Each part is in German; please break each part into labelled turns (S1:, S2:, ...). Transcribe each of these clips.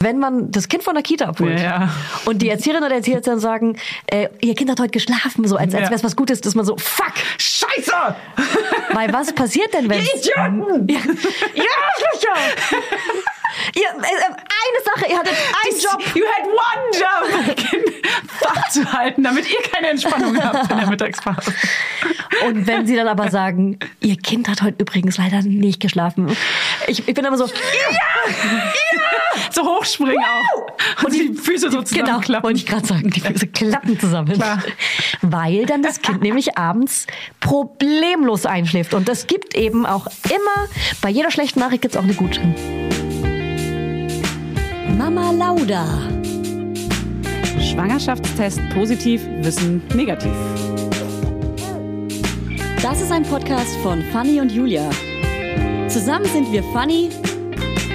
S1: wenn man das Kind von der Kita abholt
S2: Ja, ja.
S1: und die Erzieherin oder Erzieher dann sagen, äh, ihr Kind hat heute geschlafen, so als, als
S2: Ja.
S1: wäre es was Gutes, dass man so, fuck!
S2: Scheiße!
S1: Weil was passiert denn, wenn...
S2: Ihr Idioten!
S1: Ja, ihr Arschlöcher! ihr, äh, äh, eine Sache, ihr hattet einen Job.
S2: You had one job! mein Kind Wach zu halten, damit ihr keine Entspannung habt in der Mittagspause.
S1: Und wenn sie dann aber sagen, ihr Kind hat heute übrigens leider nicht geschlafen. Ich, ich bin immer so,
S2: So hochspringen auch. Und die Füße so
S1: genau,
S2: zusammenklappen.
S1: wollte ich gerade sagen, die Füße klappen zusammen.
S2: Klar.
S1: Weil dann das Kind nämlich abends problemlos einschläft. Und das gibt eben auch immer, bei jeder schlechten Nachricht gibt's auch eine gute. Mama Lauda.
S2: Schwangerschaftstest positiv, Wissen negativ.
S3: Das ist ein Podcast von Fanny und Julia. Zusammen sind wir Fanny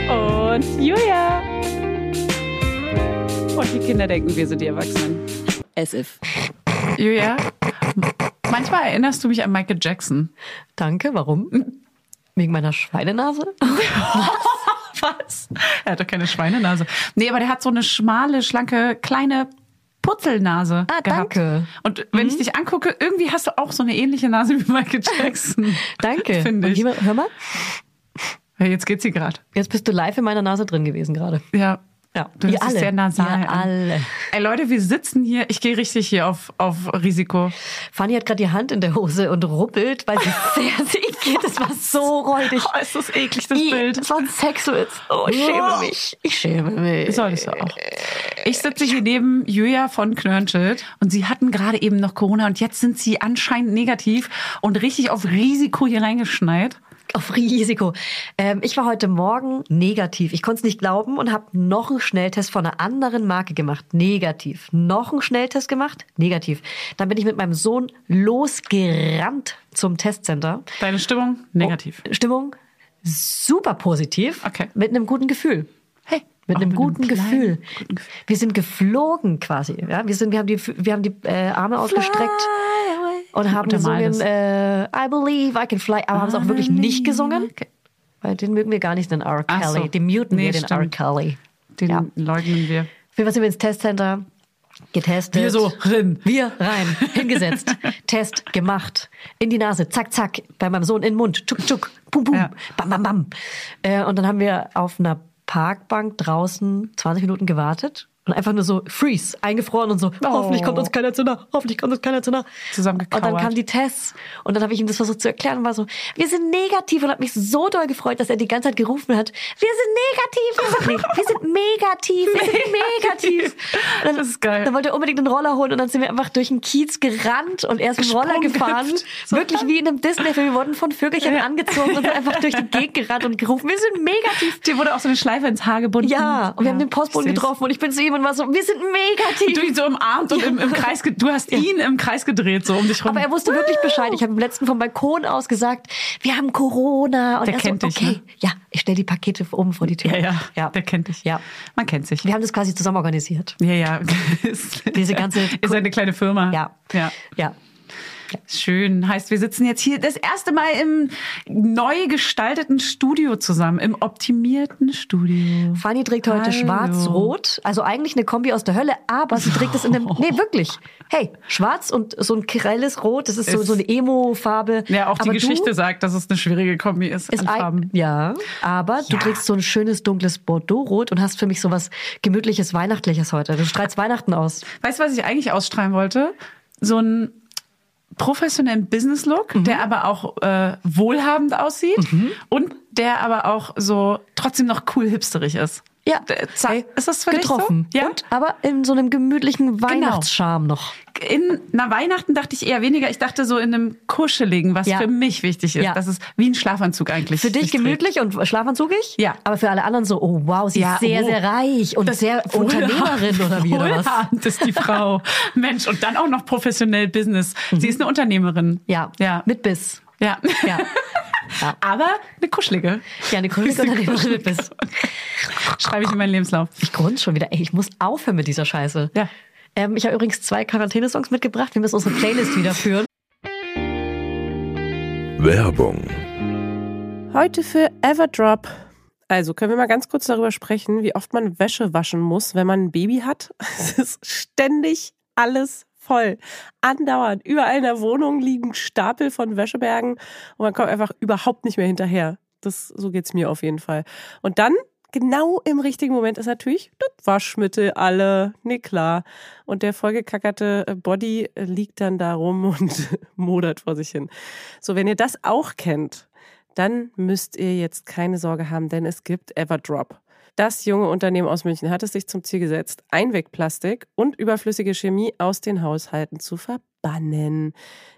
S2: Und Julia! Und die Kinder denken, wir sind die Erwachsenen.
S3: as if.
S2: Julia, manchmal erinnerst du mich an Michael Jackson.
S1: Danke, warum? Wegen meiner Schweinenase?
S2: Was? Er hat doch keine Schweinenase. Nee, aber der hat so eine schmale, schlanke, kleine Purzelnase
S1: Ah,
S2: gehabt.
S1: danke. Mhm.
S2: Und wenn ich dich angucke, irgendwie hast du auch so eine ähnliche Nase wie Michael Jackson.
S1: Danke.
S2: Finde
S1: Und
S2: ich.
S1: hier, hör mal,
S2: Hey, jetzt geht sie gerade.
S1: jetzt bist du live in meiner Nase drin gewesen gerade.
S2: Ja.
S1: Ja,
S2: Du
S1: ihr
S2: hörst
S1: alle.
S2: es sehr nasal.
S1: Ihr
S2: an.
S1: alle.
S2: Ey Leute, wir sitzen hier. Ich gehe richtig hier auf, auf Risiko.
S1: Fanny hat gerade die Hand in der Hose und ruppelt, weil sie sehr sick geht. Das war so räudig.
S2: Oh, ist das eklig, das
S1: I,
S2: Bild.
S1: Das war ein Sexwitz. Oh, ich schäme
S2: Oh.
S1: mich. Ich schäme mich.
S2: Solltest du auch. Ich sitze hier neben Julia von Knörnschild und sie hatten gerade eben noch Corona und jetzt sind sie anscheinend negativ und richtig auf Risiko hier reingeschneit.
S1: Auf Risiko. Ähm, ich war heute Morgen negativ. Ich konnte es nicht glauben und habe noch einen Schnelltest von einer anderen Marke gemacht. Negativ. Noch einen Schnelltest gemacht. Negativ. Dann bin ich mit meinem Sohn losgerannt zum Testcenter.
S2: Deine Stimmung? Negativ.
S1: Stimmung super positiv.
S2: Okay.
S1: Mit einem guten Gefühl.
S2: Hey.
S1: Mit
S2: auch
S1: einem guten
S2: kleinen,
S1: Gefühl.
S2: guten Gefühl.
S1: Wir sind geflogen quasi. Ja? Wir, sind, wir haben die, wir haben die äh, Arme ausgestreckt und haben
S2: Untermal
S1: gesungen, äh, I believe I can fly, aber haben es auch wirklich nicht gesungen.
S2: Okay.
S1: Weil den mögen wir gar nicht, den R.
S2: Ach
S1: Kelly.
S2: so.
S1: Den muten
S2: Nee,
S1: wir, den R.
S2: stimmt.
S1: Kelly.
S2: Den
S1: Ja.
S2: leugnen wir.
S1: Für was sind wir ins Testcenter getestet?
S2: Wir so, rin.
S1: Wir rein, hingesetzt, Test gemacht, in die Nase, zack, zack, bei meinem Sohn in den Mund, tschuk, tschuk, pum, pum,
S2: Ja.
S1: bam, bam, bam. Äh, und dann haben wir auf einer Parkbank draußen 20 Minuten gewartet und einfach nur so freeze, eingefroren und so, hoffentlich kommt uns keiner zu nah, hoffentlich kommt uns keiner zu nah.
S2: Oh. Zusammengekauert.
S1: Und dann kamen die Tests und dann habe ich ihm das versucht zu erklären und war so, wir sind negativ und hat mich so doll gefreut, dass er die ganze Zeit gerufen hat, wir sind negativ, wir sind, nee, wir sind megativ, wir sind megativ. Und Dann,
S2: Das ist geil.
S1: Dann wollte er unbedingt einen Roller holen und dann sind wir einfach durch den Kiez gerannt und er ist einen Roller
S2: Gesprungen,
S1: gefahren.
S2: gehüpft. So.
S1: Wirklich wie in einem Disney-Film. Wir wurden von Vögelchen
S2: Ja.
S1: angezogen und sind einfach durch die Gegend gerannt und gerufen, wir sind megativ.
S2: Dir wurde auch so eine Schleife ins Haar gebunden.
S1: Ja, und wir haben den Postboten
S2: ich seh's.
S1: getroffen und ich bin zu ihm und war so, wir sind
S2: Du
S1: megativ.
S2: ihn so umarmt und im, im Kreis, ge- du hast ihn im Kreis gedreht, so um dich rum.
S1: Aber er wusste wirklich Bescheid. Ich habe im letzten vom Balkon aus gesagt, wir haben Corona. Und
S2: Der
S1: er
S2: kennt
S1: so,
S2: dich,
S1: okay,
S2: ne?
S1: ja, ich stell die Pakete oben vor die Tür.
S2: ja, ja,
S1: ja.
S2: der kennt dich.
S1: Ja.
S2: Man kennt sich.
S1: Wir haben das quasi zusammen organisiert.
S2: Ja, ja.
S1: Diese ganze-
S2: Ist eine kleine Firma.
S1: Ja.
S2: ja.
S1: Ja.
S2: Schön. Heißt, wir sitzen jetzt hier das erste Mal im neu gestalteten Studio zusammen, im optimierten Studio.
S1: Fanny trägt heute
S2: Hallo.
S1: schwarz-rot, also eigentlich eine Kombi aus der Hölle, aber sie trägt es in einem, nee, wirklich. Hey, schwarz und so ein grelles Rot, das ist so,
S2: Ist-
S1: so eine Emo-Farbe.
S2: Ja, auch die
S1: aber
S2: Geschichte
S1: du
S2: sagt, dass es eine schwierige Kombi ist,
S1: ist
S2: an
S1: ein,
S2: Farben.
S1: ja, aber du
S2: Ja.
S1: trägst so ein schönes dunkles Bordeaux-Rot und hast für mich so was gemütliches Weihnachtliches heute. Du strahlst Weihnachten aus.
S2: Weißt du, was ich eigentlich ausstrahlen wollte? So einen professionellen Business-Look,
S1: Mhm.
S2: der aber auch äh, wohlhabend aussieht und der aber auch so trotzdem noch cool hipsterig ist.
S1: Ja,
S2: Der- za-
S1: Hey,
S2: ist das für
S1: getroffen.
S2: dich so? Ja.
S1: Und aber in so einem gemütlichen Weihnachtscharme noch.
S2: in na Weihnachten dachte ich eher weniger. Ich dachte so in einem kuscheligen, was
S1: Ja.
S2: für mich wichtig ist.
S1: Ja.
S2: Das ist wie ein Schlafanzug eigentlich.
S1: Für dich
S2: sich trägt.
S1: gemütlich und schlafanzugig?
S2: Ja.
S1: Aber für alle anderen so, oh wow, sie
S2: Ja,
S1: ist sehr,
S2: oh.
S1: sehr reich und sehr Unternehmerin oder wie oder was?
S2: Wohlhabend ist die Frau. Mensch, und dann auch noch professionell Business. Sie ist eine Unternehmerin.
S1: Mhm. Ja.
S2: Ja.
S1: Mit Biss.
S2: ja.
S1: Ja. Ja.
S2: Aber eine kuschelige.
S1: Ja, eine Kollegin
S2: Eine
S1: Unternehmerin mit
S2: kuschelige.
S1: Biss.
S2: Schreibe ich in meinen Lebenslauf.
S1: Ich grunz schon wieder. Ey, ich muss aufhören mit dieser Scheiße.
S2: Ja.
S1: Ähm, ich habe übrigens zwei Quarantänesongs mitgebracht. Wir müssen unsere Playlist wiederführen.
S4: Werbung.
S5: Heute für Everdrop,
S4: Also können wir mal ganz kurz darüber sprechen, wie oft man Wäsche waschen muss, wenn man ein Baby hat. Es ist ständig alles voll. Andauernd. Überall in der Wohnung liegen Stapel von Wäschebergen und man kommt einfach überhaupt nicht mehr hinterher. Das, so geht's mir auf jeden Fall. Und dann, genau im richtigen Moment, ist natürlich das Waschmittel alle. Nee, klar. Und der vollgekackerte äh, Body äh, liegt dann da rum und modert vor sich hin. So, wenn ihr das auch kennt, dann müsst ihr jetzt keine Sorge haben, denn es gibt Everdrop. Das junge Unternehmen aus München hat es sich zum Ziel gesetzt, Einwegplastik und überflüssige Chemie aus den Haushalten zu verbannen.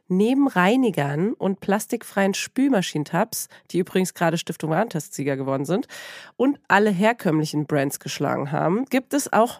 S4: Neben Reinigern und plastikfreien Spülmaschinentabs, die übrigens gerade Stiftung Warentestsieger geworden sind, und alle herkömmlichen Brands geschlagen haben, gibt es auch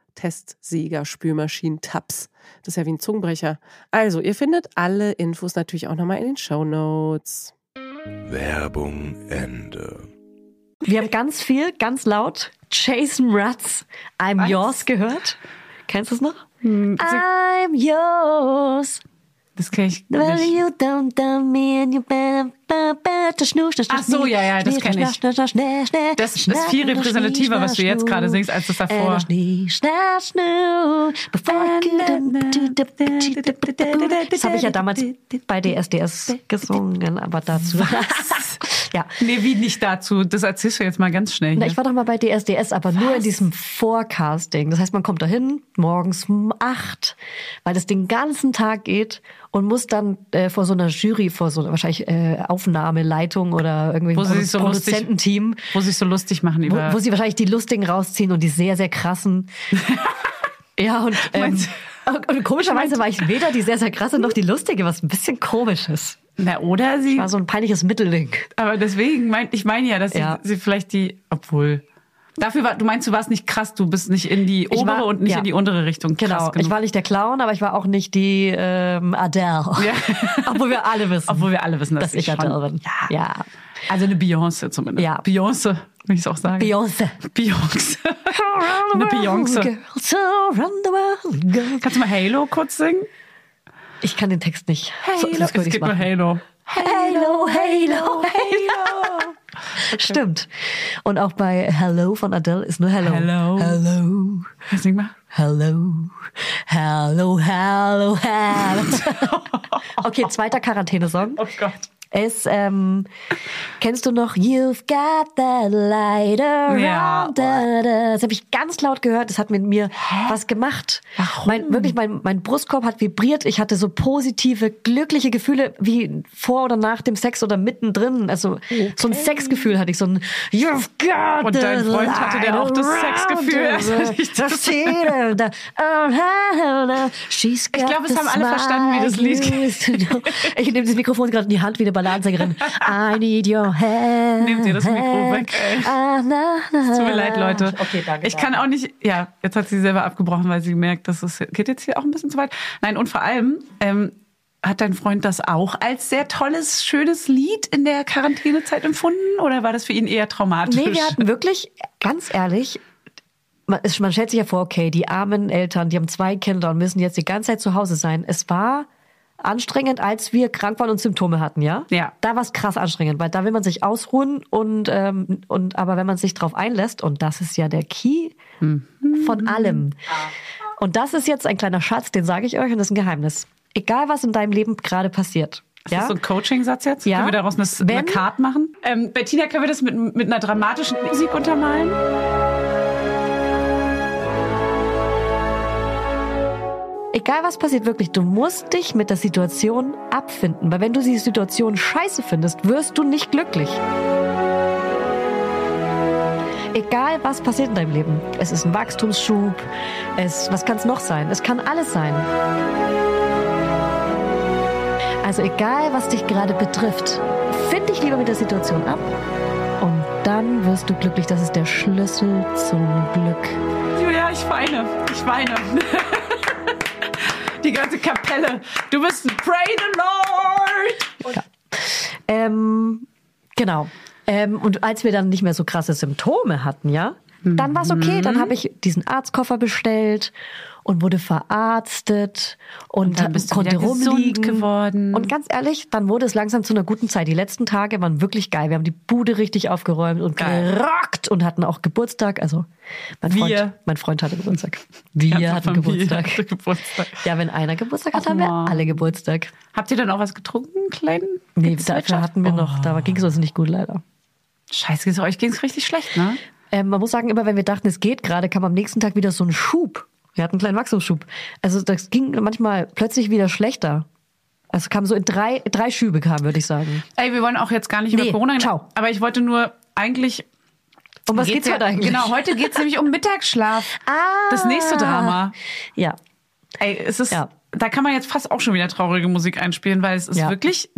S4: Testsieger, Spülmaschinen, Tabs. Das ist ja wie ein Zungenbrecher. Also, ihr findet alle Infos natürlich auch nochmal in den Show Notes.
S5: Werbung Ende.
S1: Wir haben ganz viel, ganz laut Jason Mraz, I'm
S2: Was?
S1: Yours gehört. Kennst du es noch?
S2: Hm,
S1: also I'm yours.
S2: Das kenne ich
S1: Well,
S2: nicht.
S1: you don't love me and you better, better schnu, schnu, schnu,
S2: Ach so,
S1: schnu,
S2: ja, ja, das
S1: schnu,
S2: kenn
S1: schnu,
S2: ich.
S1: schnu, schnu, schnu, schnu,
S2: Das ist
S1: schnu,
S2: viel
S1: schnu,
S2: repräsentativer,
S1: schnu,
S2: was du jetzt
S1: schnu,
S2: gerade singst, als das
S1: schnu,
S2: davor.
S1: schnu, schnu, schnu, before you- Das habe ich ja damals bei DSDS gesungen, aber dazu. Ja.
S2: Nee, wie nicht dazu? Das erzählst du jetzt mal ganz schnell.
S1: Na,
S2: hier.
S1: ich war doch mal bei DSDS, aber nur in diesem Forecasting. Das heißt, man kommt dahin morgens um acht, weil das den ganzen Tag geht und muss dann äh, vor so einer Jury, vor so einer wahrscheinlich äh, Aufnahmeleitung oder irgendwie
S2: Wo sie sich so lustig-
S1: Produzententeam,
S2: Wo sich so lustig machen
S1: wo,
S2: über.
S1: wo sie wahrscheinlich die Lustigen rausziehen und die sehr, sehr krassen. ja, und, ähm,
S2: Meinst-
S1: und komischerweise war ich weder die sehr, sehr krasse noch die Lustige, was ein bisschen komisch ist.
S2: Na, oder sie.
S1: War so ein peinliches Mittelding.
S2: Aber deswegen, mein, ich meine ja, dass sie-
S1: Ja.
S2: sie vielleicht die. Obwohl. Dafür war, du meinst, du warst nicht krass, du bist nicht in die
S1: Ich
S2: obere
S1: war-
S2: und nicht
S1: ja.
S2: in die untere Richtung. Krass
S1: Genau,
S2: genug.
S1: ich war nicht der Clown, aber ich war auch nicht die ähm, Adele.
S2: Ja.
S1: Obwohl wir alle wissen,
S2: Obwohl wir alle wissen, dass
S1: dass
S2: sie
S1: ich
S2: schon-
S1: Adele bin. Ja.
S2: Also eine Beyoncé zumindest.
S1: Ja.
S2: Beyoncé, will ich es auch sagen.
S1: Beyoncé.
S2: Beyoncé. Eine Beyoncé.
S1: Girls around the world, girls.
S2: Kannst du mal Halo kurz singen?
S1: Ich kann den Text nicht. So, sonst
S2: es
S1: würde ich's
S2: geht nur
S1: machen.
S2: Halo.
S1: Halo, Halo,
S2: Halo.
S1: Stimmt. Und auch bei Hello von Adele ist nur Hello.
S2: Hello.
S1: Hello.
S2: Sing mal.
S1: Hello. Hello, hello, hello. okay, zweiter Quarantänesong.
S2: Oh Gott.
S1: ist, ähm, kennst du noch You've got that light around
S2: Ja,
S1: us? Das habe ich ganz laut gehört. Das hat mit mir was gemacht.
S2: Warum?
S1: Mein, wirklich, mein, mein Brustkorb hat vibriert. Ich hatte so positive, glückliche Gefühle wie vor oder nach dem Sex oder mittendrin. Also so ein Sexgefühl hatte ich. So ein You've got
S2: Und dein
S1: that
S2: Freund hatte der auch das
S1: light
S2: Sexgefühl?
S1: around us.
S2: Also ich-
S1: Das Feder da- Oh, around us. She's
S2: Ich glaube, es
S1: got
S2: haben
S1: the
S2: alle verstanden, wie das
S1: smile
S2: Lied
S1: you ich nehme das Mikrofon gerade in die Hand wie eine Balladensängerin. I need your hand.
S2: Nehmt ihr das Mikro weg, ey.
S1: Ah, na, na,
S2: Tut mir leid, Leute.
S1: Okay, danke.
S2: Ich kann auch nicht, ja, jetzt hat sie selber abgebrochen, weil sie merkt, dass es geht jetzt hier auch ein bisschen zu weit. Nein, und vor allem, ähm, hat dein Freund das auch als sehr tolles, schönes Lied in der Quarantänezeit empfunden oder war das für ihn eher traumatisch?
S1: Nee, wir hatten wirklich, ganz ehrlich, man, es, man stellt sich ja vor, okay, die armen Eltern, die haben zwei Kinder und müssen jetzt die ganze Zeit zu Hause sein. Es war anstrengend, als wir krank waren und Symptome hatten, ja?
S2: Ja.
S1: Da war es krass anstrengend, weil da will man sich ausruhen und, ähm, und aber wenn man sich drauf einlässt, und das ist ja der Key
S2: Mhm.
S1: von allem. Und das ist jetzt ein kleiner Schatz, den sage ich euch und das ist ein Geheimnis. Egal, was in deinem Leben gerade passiert.
S2: Ist
S1: Ja?
S2: das so ein Coaching-Satz jetzt?
S1: Ja.
S2: Können wir daraus eine, eine
S1: Wenn-
S2: Card machen? Ähm, Bettina, können wir das mit, mit einer dramatischen Musik untermalen?
S1: Egal was passiert, wirklich, du musst dich mit der Situation abfinden, weil wenn du die Situation scheiße findest, wirst du nicht glücklich. Egal was passiert in deinem Leben. Es ist ein Wachstumsschub, es, was kann es noch sein? Es kann alles sein. Also egal was dich gerade betrifft, find dich lieber mit der Situation ab und dann wirst du glücklich. Das ist der Schlüssel zum Glück.
S2: Julia, ich weine. Ich weine. Die ganze Kapelle. Du bist Pray the Lord.
S1: Ähm, genau. Ähm, und als wir dann nicht mehr so krasse Symptome hatten, ja, dann war es okay.
S2: Mhm.
S1: Dann habe ich diesen Arztkoffer bestellt und wurde verarztet und,
S2: dann bist du
S1: konnte
S2: wieder gesund
S1: rumliegen
S2: geworden.
S1: Und ganz ehrlich, dann wurde es langsam zu einer guten Zeit. Die letzten Tage waren wirklich geil. Wir haben die Bude richtig aufgeräumt und
S2: Geil.
S1: gerockt und hatten auch Geburtstag. Also mein Freund,
S2: Wir.
S1: mein Freund hatte Geburtstag. Wir
S2: Ganze
S1: hatten
S2: Familie hatte
S1: Geburtstag.
S2: Geburtstag.
S1: Ja, wenn einer Geburtstag hat, haben wir
S2: Mann.
S1: alle Geburtstag.
S2: Habt ihr dann auch was getrunken, Kleinen?
S1: Nee,
S2: Gibt's
S1: dafür
S2: Wirtschaft?
S1: hatten wir
S2: Oh.
S1: noch. Da ging es uns nicht gut leider.
S2: Scheiße, euch ging's richtig schlecht, ne?
S1: Ähm, man muss sagen, immer wenn wir dachten, es geht gerade, kam am nächsten Tag wieder so ein Schub. Wir hatten einen kleinen Wachstumsschub. Also das ging manchmal plötzlich wieder schlechter. Also kam so in drei, drei Schübe kam, würde ich sagen.
S2: Ey, wir wollen auch jetzt gar nicht
S1: Nee,
S2: über Corona reden,
S1: ciao.
S2: Aber ich wollte nur eigentlich.
S1: Um was geht's
S2: ja-
S1: heute eigentlich?
S2: Genau, heute geht's nämlich um Mittagsschlaf.
S1: Ah.
S2: Das nächste Drama.
S1: Ja.
S2: Ey, es ist.
S1: Ja.
S2: Da kann man jetzt fast auch schon wieder traurige Musik einspielen, weil es ist
S1: Ja.
S2: wirklich.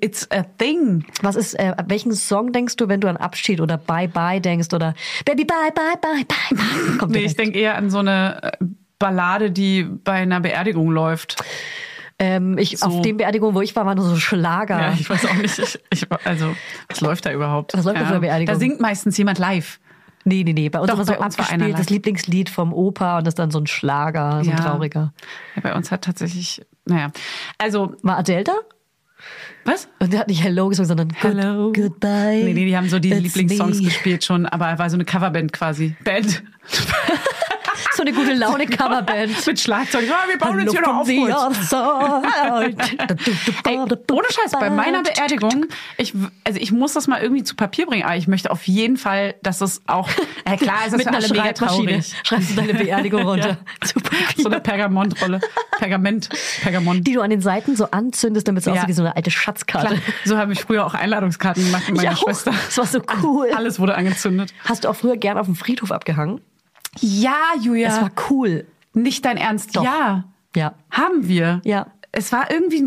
S2: It's a thing.
S1: Was ist, äh, an welchen Song denkst du, wenn du an Abschied oder Bye Bye denkst oder Baby Bye Bye Bye Bye Bye? Kommt
S2: Nee,
S1: direkt.
S2: ich denke eher an so eine äh, Ballade, die bei einer Beerdigung läuft.
S1: ähm, ich,
S2: so.
S1: Auf den Beerdigungen, wo ich war, waren nur so Schlager.
S2: Ja, ich weiß auch nicht. Ich, ich, also, was läuft da überhaupt?
S1: Was läuft da
S2: ja.
S1: für eine Beerdigung?
S2: Da singt meistens jemand live.
S1: nee, nee, nee. Bei uns
S2: Doch,
S1: war so
S2: bei uns war einer
S1: abgespielt, das
S2: live.
S1: Lieblingslied vom Opa und das dann so ein Schlager, so ein
S2: Ja.
S1: trauriger.
S2: Ja, bei uns hat tatsächlich, naja. Also,
S1: War Adele da?
S2: was?
S1: Und der hat nicht Hello gesungen, sondern
S2: Hello.
S1: Good, Goodbye.
S2: Nee, nee, die haben so die
S1: It's
S2: Lieblingssongs
S1: me.
S2: gespielt schon, aber war so eine Coverband quasi. Band.
S1: So eine gute Laune Coverband.
S2: Mit Schlagzeug. Ja, wir bauen
S1: Hello
S2: jetzt hier noch
S1: from
S2: auf.
S1: the
S2: kurz.
S1: other side.
S2: Ey, ohne Scheiß, bei meiner Beerdigung, ich, w- also ich muss das mal irgendwie zu Papier bringen, aber ich möchte auf jeden Fall, dass es auch, ja klar, es ist
S1: Mit
S2: für
S1: einer
S2: alle mega
S1: Schreibmaschine
S2: traurig.
S1: schreibst du deine Beerdigung runter. Super.
S2: So eine Pergamentrolle. Pergament. Pergamont.
S1: Die du an den Seiten so anzündest, damit es
S2: Ja.
S1: aussieht wie so eine alte Schatzkarte.
S2: Klar, so habe ich früher auch Einladungskarten gemacht mit meiner
S1: Ja,
S2: Schwester.
S1: das war so cool.
S2: Alles wurde angezündet.
S1: Hast du auch früher gern auf dem Friedhof abgehangen?
S2: Ja, Julia.
S1: Das war cool.
S2: nicht dein Ernst.
S1: Doch.
S2: Ja.
S1: Ja.
S2: Haben wir.
S1: Ja.
S2: Es war irgendwie.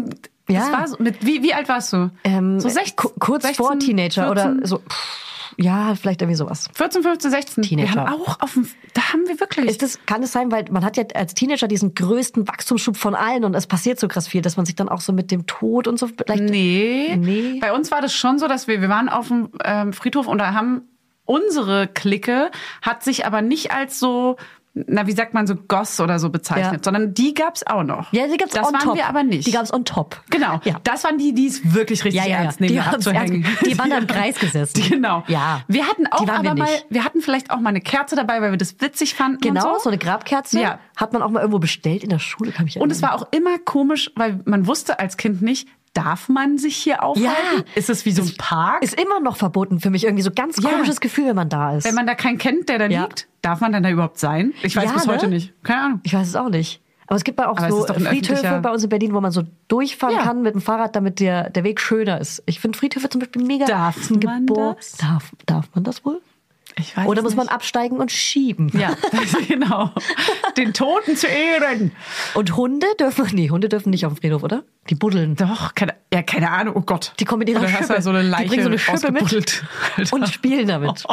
S1: Ja.
S2: Es war so, mit, wie, wie alt warst du?
S1: Ähm,
S2: so 16,
S1: ku- kurz
S2: 16,
S1: vor Teenager
S2: 14,
S1: oder so. Pff, ja, vielleicht irgendwie sowas.
S2: 14, 15, 16.
S1: Teenager.
S2: Wir haben auch auf dem. Da haben wir wirklich.
S1: Ist das, kann es sein, weil man hat ja als Teenager diesen größten Wachstumsschub von allen und es passiert so krass viel, dass man sich dann auch so mit dem Tod und so vielleicht.
S2: Nee.
S1: Nee.
S2: Bei uns war das schon so, dass wir, wir waren auf dem ähm, Friedhof und da haben unsere Clique hat sich aber nicht als so, na, wie sagt man, so Goss oder so bezeichnet,
S1: Ja.
S2: sondern die gab's auch noch.
S1: Ja, die gab's
S2: das
S1: on
S2: waren
S1: top.
S2: wir aber nicht.
S1: Die gab's on top.
S2: Genau.
S1: Ja.
S2: Das waren die, die es wirklich richtig
S1: Ja, ja, ja.
S2: ernst nehmen,
S1: Die
S2: die
S1: haben's ernst
S2: abzuhängen.
S1: genommen. Die waren da im Kreis gesessen.
S2: Die- Genau.
S1: Ja.
S2: Wir hatten auch
S1: Die waren
S2: aber
S1: wir
S2: mal,
S1: nicht.
S2: wir hatten vielleicht auch mal eine Kerze dabei, weil wir das witzig fanden.
S1: Genau,
S2: und
S1: so. eine Grabkerze
S2: Ja.
S1: hat man auch mal irgendwo bestellt in der Schule, kann ich
S2: Und es war auch immer komisch, weil man wusste als Kind nicht, darf man sich hier aufhalten? Ist es wie so ein Park?
S1: Ist immer noch verboten für mich irgendwie so ganz
S2: Ja.
S1: komisches Gefühl, wenn man da ist.
S2: Wenn man da keinen kennt, der da
S1: Ja.
S2: liegt, darf man dann da überhaupt sein? Ich weiß
S1: Ja,
S2: bis heute
S1: ne?
S2: nicht. Keine Ahnung.
S1: ich weiß es auch nicht. Aber es gibt ja auch
S2: Aber es
S1: so
S2: ist doch ein
S1: Friedhöfe
S2: öffentlicher-
S1: bei uns in Berlin, wo man so durchfahren
S2: Ja.
S1: kann mit dem Fahrrad, damit der, der Weg schöner ist. Ich finde Friedhöfe zum Beispiel mega.
S2: Darf
S1: Ist ein
S2: man
S1: Gebur-
S2: das?
S1: Darf, darf man das wohl?
S2: Ich weiß
S1: Oder muss man
S2: nicht.
S1: absteigen und schieben?
S2: Ja, genau. Den Toten zu ehren.
S1: Und Hunde dürfen, nee, Hunde dürfen nicht auf dem Friedhof, oder? Die buddeln.
S2: Doch, keine, ja, keine Ahnung. Oh Gott.
S1: Die kommen mit ihrer
S2: Oder hast du
S1: Schippe.
S2: da so eine
S1: Die
S2: Leiche
S1: bringen so eine Schippe mit
S2: rausgebuddelt? Alter.
S1: Und spielen damit.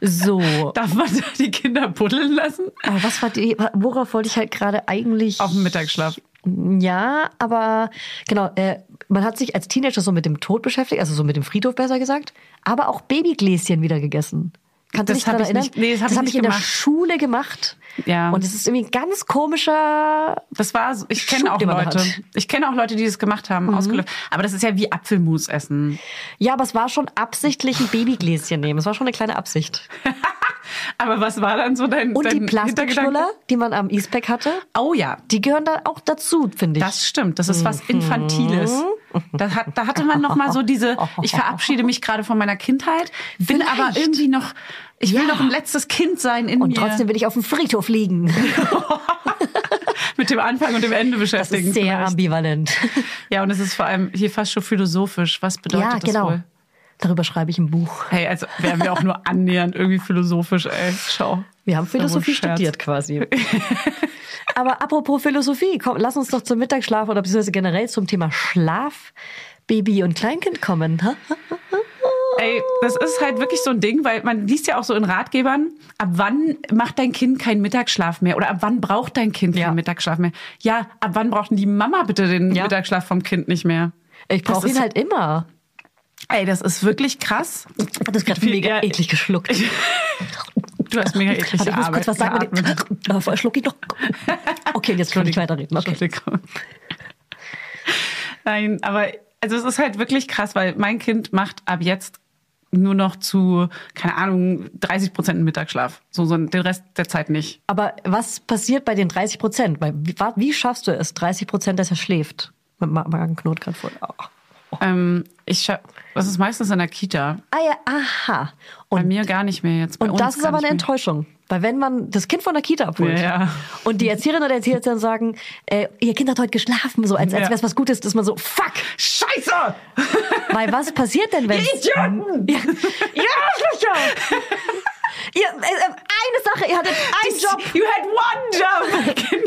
S1: So.
S2: Darf man da die Kinder buddeln lassen?
S1: Aber was war die, worauf wollte ich halt gerade eigentlich?
S2: Auf dem Mittagsschlaf.
S1: Ja, aber genau, äh, man hat sich als Teenager so mit dem Tod beschäftigt, also so mit dem Friedhof besser gesagt, aber auch Babygläschen wieder gegessen. Kannst du
S2: Das
S1: dich
S2: hab
S1: daran
S2: ich
S1: erinnern?
S2: nicht- nee, das hab ich
S1: habe
S2: nicht
S1: ich in der
S2: gemacht.
S1: Schule gemacht.
S2: Ja.
S1: Und es ist irgendwie ein ganz komischer.
S2: Das war, so- ich kenne
S1: Schub,
S2: auch
S1: den man
S2: Leute.
S1: hat.
S2: Ich kenne auch Leute, die das gemacht haben,
S1: Mhm.
S2: ausgelöst. Aber das ist ja wie Apfelmus essen.
S1: Ja, aber es war schon absichtlich ein Babygläschen nehmen. Es war schon eine kleine Absicht.
S2: Aber was war dann so dein,
S1: Und die
S2: dein
S1: Plastikschnuller,
S2: Hintergedanke?
S1: die man am Eastpack hatte,
S2: Oh ja,
S1: die gehören da auch dazu, finde ich.
S2: das stimmt. Das ist was
S1: Mhm.
S2: Infantiles. Da, hat, da hatte man noch mal so diese, ich verabschiede mich gerade von meiner Kindheit, bin aber
S1: Vielleicht.
S2: irgendwie noch, ich will
S1: Ja.
S2: noch ein letztes Kind sein in
S1: Und
S2: mir.
S1: trotzdem will ich auf dem Friedhof liegen.
S2: mit dem Anfang und dem Ende
S1: Das
S2: beschäftigen.
S1: ist sehr
S2: vielleicht.
S1: ambivalent.
S2: ja, und es ist vor allem hier fast schon philosophisch. Was bedeutet
S1: Ja,
S2: das
S1: genau.
S2: wohl?
S1: Darüber schreibe ich ein Buch.
S2: Hey, also wären wir auch nur annähernd irgendwie philosophisch, ey. Schau.
S1: Wir haben
S2: Das war wohl ein
S1: Philosophie
S2: Oh, Scherz.
S1: studiert quasi. Aber apropos Philosophie, komm, lass uns doch zum Mittagsschlaf oder beziehungsweise generell zum Thema Schlaf, Baby und Kleinkind kommen. ha?
S2: Ey, das ist halt wirklich so ein Ding, weil man liest ja auch so in Ratgebern, ab wann macht dein Kind keinen Mittagsschlaf mehr oder ab wann braucht dein Kind
S1: Ja.
S2: keinen Mittagsschlaf mehr? Ja, ab wann braucht denn die Mama bitte den
S1: Ja.
S2: Mittagsschlaf vom Kind nicht mehr?
S1: Ich
S2: Das
S1: brauche ihn
S2: ist-
S1: halt immer.
S2: Ey, das ist wirklich krass.
S1: Hat das gerade
S2: Wie-
S1: mega
S2: ja.
S1: eklig geschluckt. Ich,
S2: Du hast mega eklig
S1: ich muss kurz was sagen. Da schluck ich noch. Okay, jetzt kann ich weiterreden. Okay.
S2: Entschuldigung. Nein, aber also es ist halt wirklich krass, weil mein Kind macht ab jetzt nur noch zu, keine Ahnung, 30 Prozent einen Mittagsschlaf. So, so den Rest der Zeit nicht.
S1: Aber was passiert bei den 30 Prozent? Wie, wa- wie schaffst du es, 30 Prozent, dass er schläft? Mit Ma- Magenknot gerade voll. Ah.
S2: Ähm, ich scha- das ist meistens in der Kita.
S1: Ah ja, aha.
S2: Bei
S1: Und
S2: mir gar nicht mehr jetzt. Bei
S1: Und
S2: uns
S1: das ist
S2: gar
S1: aber eine
S2: nicht
S1: Enttäuschung. Weil wenn man das Kind von der Kita abholt
S2: Ja, ja.
S1: und die Erzieherin oder der Erzieher dann sagen, äh, ihr Kind hat heute geschlafen, so als, als
S2: Ja.
S1: wäre es was Gutes, ist man so, fuck!
S2: mehr. Scheiße!
S1: Weil was passiert denn, wenn...
S2: Ihr Idioten!
S1: Ja, ihr Arschlöcher! ihr, äh, äh, eine Sache, ihr hattet einen Job.
S2: You had one job! Mein Kind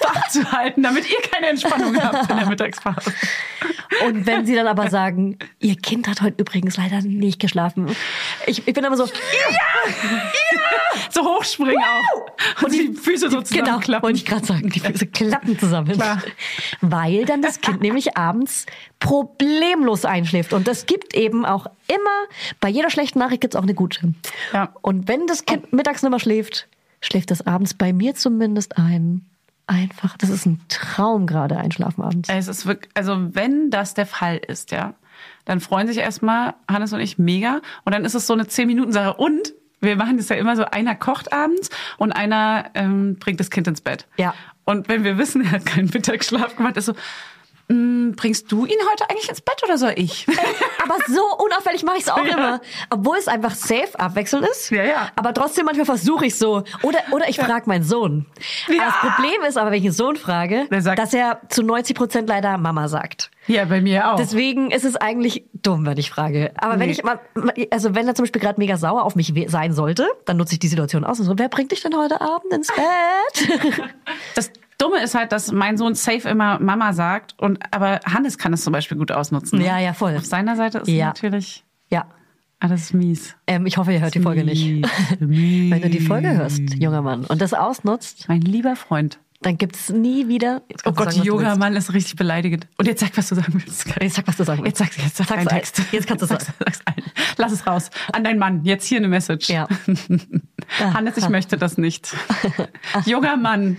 S2: wach zu halten, damit ihr keine Entspannung habt in der Mittagspause.
S1: Und wenn sie dann aber sagen, ihr Kind hat heute übrigens leider nicht geschlafen. Ich, ich bin aber so,
S2: So hochspringen auch. Und die, Füße so
S1: genau,
S2: zusammenklappen.
S1: wollte ich gerade sagen, die Füße klappen zusammen.
S2: Klar.
S1: Weil dann das Kind nämlich abends problemlos einschläft. Und das gibt eben auch immer, bei jeder schlechten Nachricht gibt's auch eine gute.
S2: Ja.
S1: Und wenn das Kind mittags nicht mehr schläft, schläft es abends bei mir zumindest ein. Einfach, das ist ein Traum gerade, einschlafen abends.
S2: Es ist wirklich, also wenn das der Fall ist, ja, dann freuen sich erstmal Hannes und ich mega. Und dann ist es so eine 10-Minuten-Sache. Und wir machen das ja immer so, einer kocht abends und einer ähm, bringt das Kind ins Bett.
S1: Ja.
S2: Und wenn wir wissen, er hat keinen Mittagsschlaf gemacht, ist so, "Mm, bringst du ihn heute eigentlich ins Bett oder soll ich?
S1: Aber so unauffällig mache ich es auch immer. Obwohl es einfach safe abwechselnd ist.
S2: Ja, ja.
S1: Aber trotzdem manchmal versuche ich so. Oder, oder ich frage meinen Sohn. Aber das Problem ist aber, wenn ich den Sohn frage,
S2: Der sagt-
S1: dass er zu 90 Prozent leider Mama sagt.
S2: ja, bei mir auch.
S1: Deswegen ist es eigentlich dumm, wenn ich frage. Aber wenn
S2: Oh. Nee.
S1: ich mal, also wenn er zum Beispiel gerade mega sauer auf mich we- sein sollte, dann nutze ich die Situation aus und so, wer bringt dich denn heute Abend ins Bett?
S2: Das Dumme ist halt, dass mein Sohn safe immer Mama sagt. Und, aber Hannes kann das zum Beispiel gut ausnutzen. ne?
S1: Ja, ja, voll.
S2: Auf seiner Seite ist
S1: Ja.
S2: natürlich
S1: ja.
S2: alles mies.
S1: Ähm, ich hoffe, ihr hört die Folge nicht.
S2: Mies.
S1: Wenn du die Folge hörst, junger Mann, und das ausnutzt,
S2: Mein lieber Freund.
S1: dann gibt es nie wieder. Jetzt kannst du
S2: Oh Gott,
S1: sagen, was du willst.
S2: Yoga-Mann ist richtig beleidigend. Und jetzt sag, was du sagen willst.
S1: Jetzt sag, was du sagen
S2: Jetzt
S1: willst.
S2: sag's, jetzt sag
S1: Sag's
S2: deinen
S1: ein-
S2: Text.
S1: jetzt kannst du
S2: Sag's-
S1: sagen.
S2: sag's ein. Lass es raus. An deinen Mann. Jetzt hier eine Message.
S1: Ja. Ah.
S2: Hannes, ich möchte das nicht. Yoga-Mann.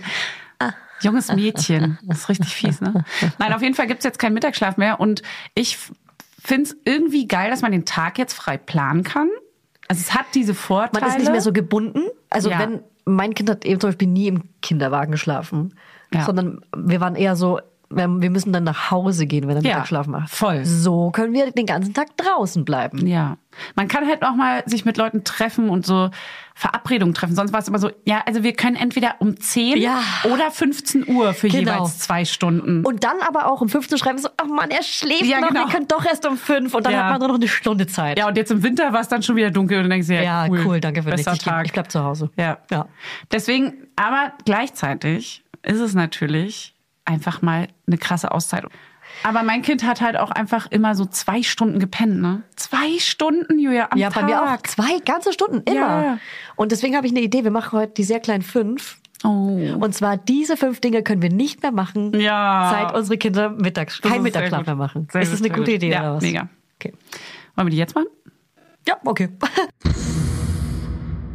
S1: Ah.
S2: Junges Mädchen. Das ist richtig fies, ne? Nein, auf jeden Fall gibt's jetzt keinen Mittagsschlaf mehr. Und ich find's irgendwie geil, dass man den Tag jetzt frei planen kann. Also es hat diese Vorteile.
S1: Man ist nicht mehr so gebunden. Also
S2: Ja.
S1: wenn mein Kind hat eben zum Beispiel nie im Kinderwagen geschlafen,
S2: Ja.
S1: sondern wir waren eher so, wir wir müssen dann nach Hause gehen, wenn er
S2: Ja,
S1: Mittagsschlaf macht.
S2: voll.
S1: So können wir den ganzen Tag draußen bleiben.
S2: Ja. Man kann halt auch mal sich mit Leuten treffen und so Verabredungen treffen. Sonst war es immer so, ja, also wir können entweder um 10
S1: Ja.
S2: oder 15 Uhr für
S1: Genau.
S2: jeweils zwei Stunden.
S1: Und dann aber auch um 15 schreiben so, ach Mann, er schläft
S2: Ja,
S1: noch,
S2: genau.
S1: wir können doch erst um 5 und dann
S2: Ja.
S1: hat man nur noch eine Stunde Zeit.
S2: ja, und jetzt im Winter war es dann schon wieder dunkel und dann denkst du, ja,
S1: Ja,
S2: cool,
S1: cool, danke für
S2: Besser
S1: nichts. Ich,
S2: Tag.
S1: ich bleib zu Hause.
S2: ja.
S1: Ja.
S2: Deswegen, aber gleichzeitig ist es natürlich einfach mal eine krasse Auszeit. Aber mein Kind hat halt auch einfach immer so zwei Stunden gepennt, ne? Zwei Stunden, Julia, am
S1: ja,
S2: Tag.
S1: bei mir auch. Zwei ganze Stunden, immer.
S2: Ja.
S1: Und deswegen habe ich eine Idee, wir machen heute die sehr kleinen fünf.
S2: Oh.
S1: Und zwar diese fünf Dinge können wir nicht mehr machen,
S2: Ja.
S1: seit unsere Kinder mittags
S2: Das
S1: kein
S2: ist sehr
S1: Mittagsschlaf
S2: gut.
S1: mehr machen.
S2: Sehr
S1: ist das
S2: gut,
S1: eine
S2: sehr
S1: gute
S2: gut.
S1: Idee
S2: Ja,
S1: oder was?
S2: mega.
S1: Okay.
S2: Wollen wir die jetzt machen?
S1: Ja, okay.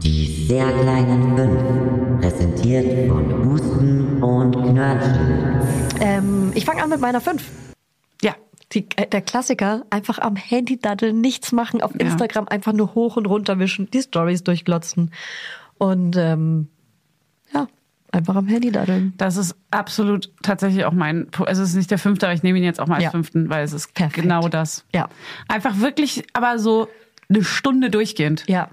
S6: Die sehr kleinen fünf, präsentiert von Husten und Knörnchen.
S1: Ähm, ich fange an mit meiner 5.
S2: Ja.
S1: Die, äh, der Klassiker, einfach am Handy daddeln, nichts machen, auf
S2: Ja.
S1: Instagram einfach nur hoch und runter wischen, die Stories durchglotzen und ähm, ja, einfach am Handy daddeln.
S2: Das ist absolut tatsächlich auch mein. Po- Also es ist nicht der fünfte, aber ich nehme ihn jetzt auch mal als
S1: Ja.
S2: fünften, weil es ist
S1: Perfekt.
S2: genau das.
S1: Ja.
S2: Einfach wirklich, aber so eine Stunde durchgehend.
S1: Ja,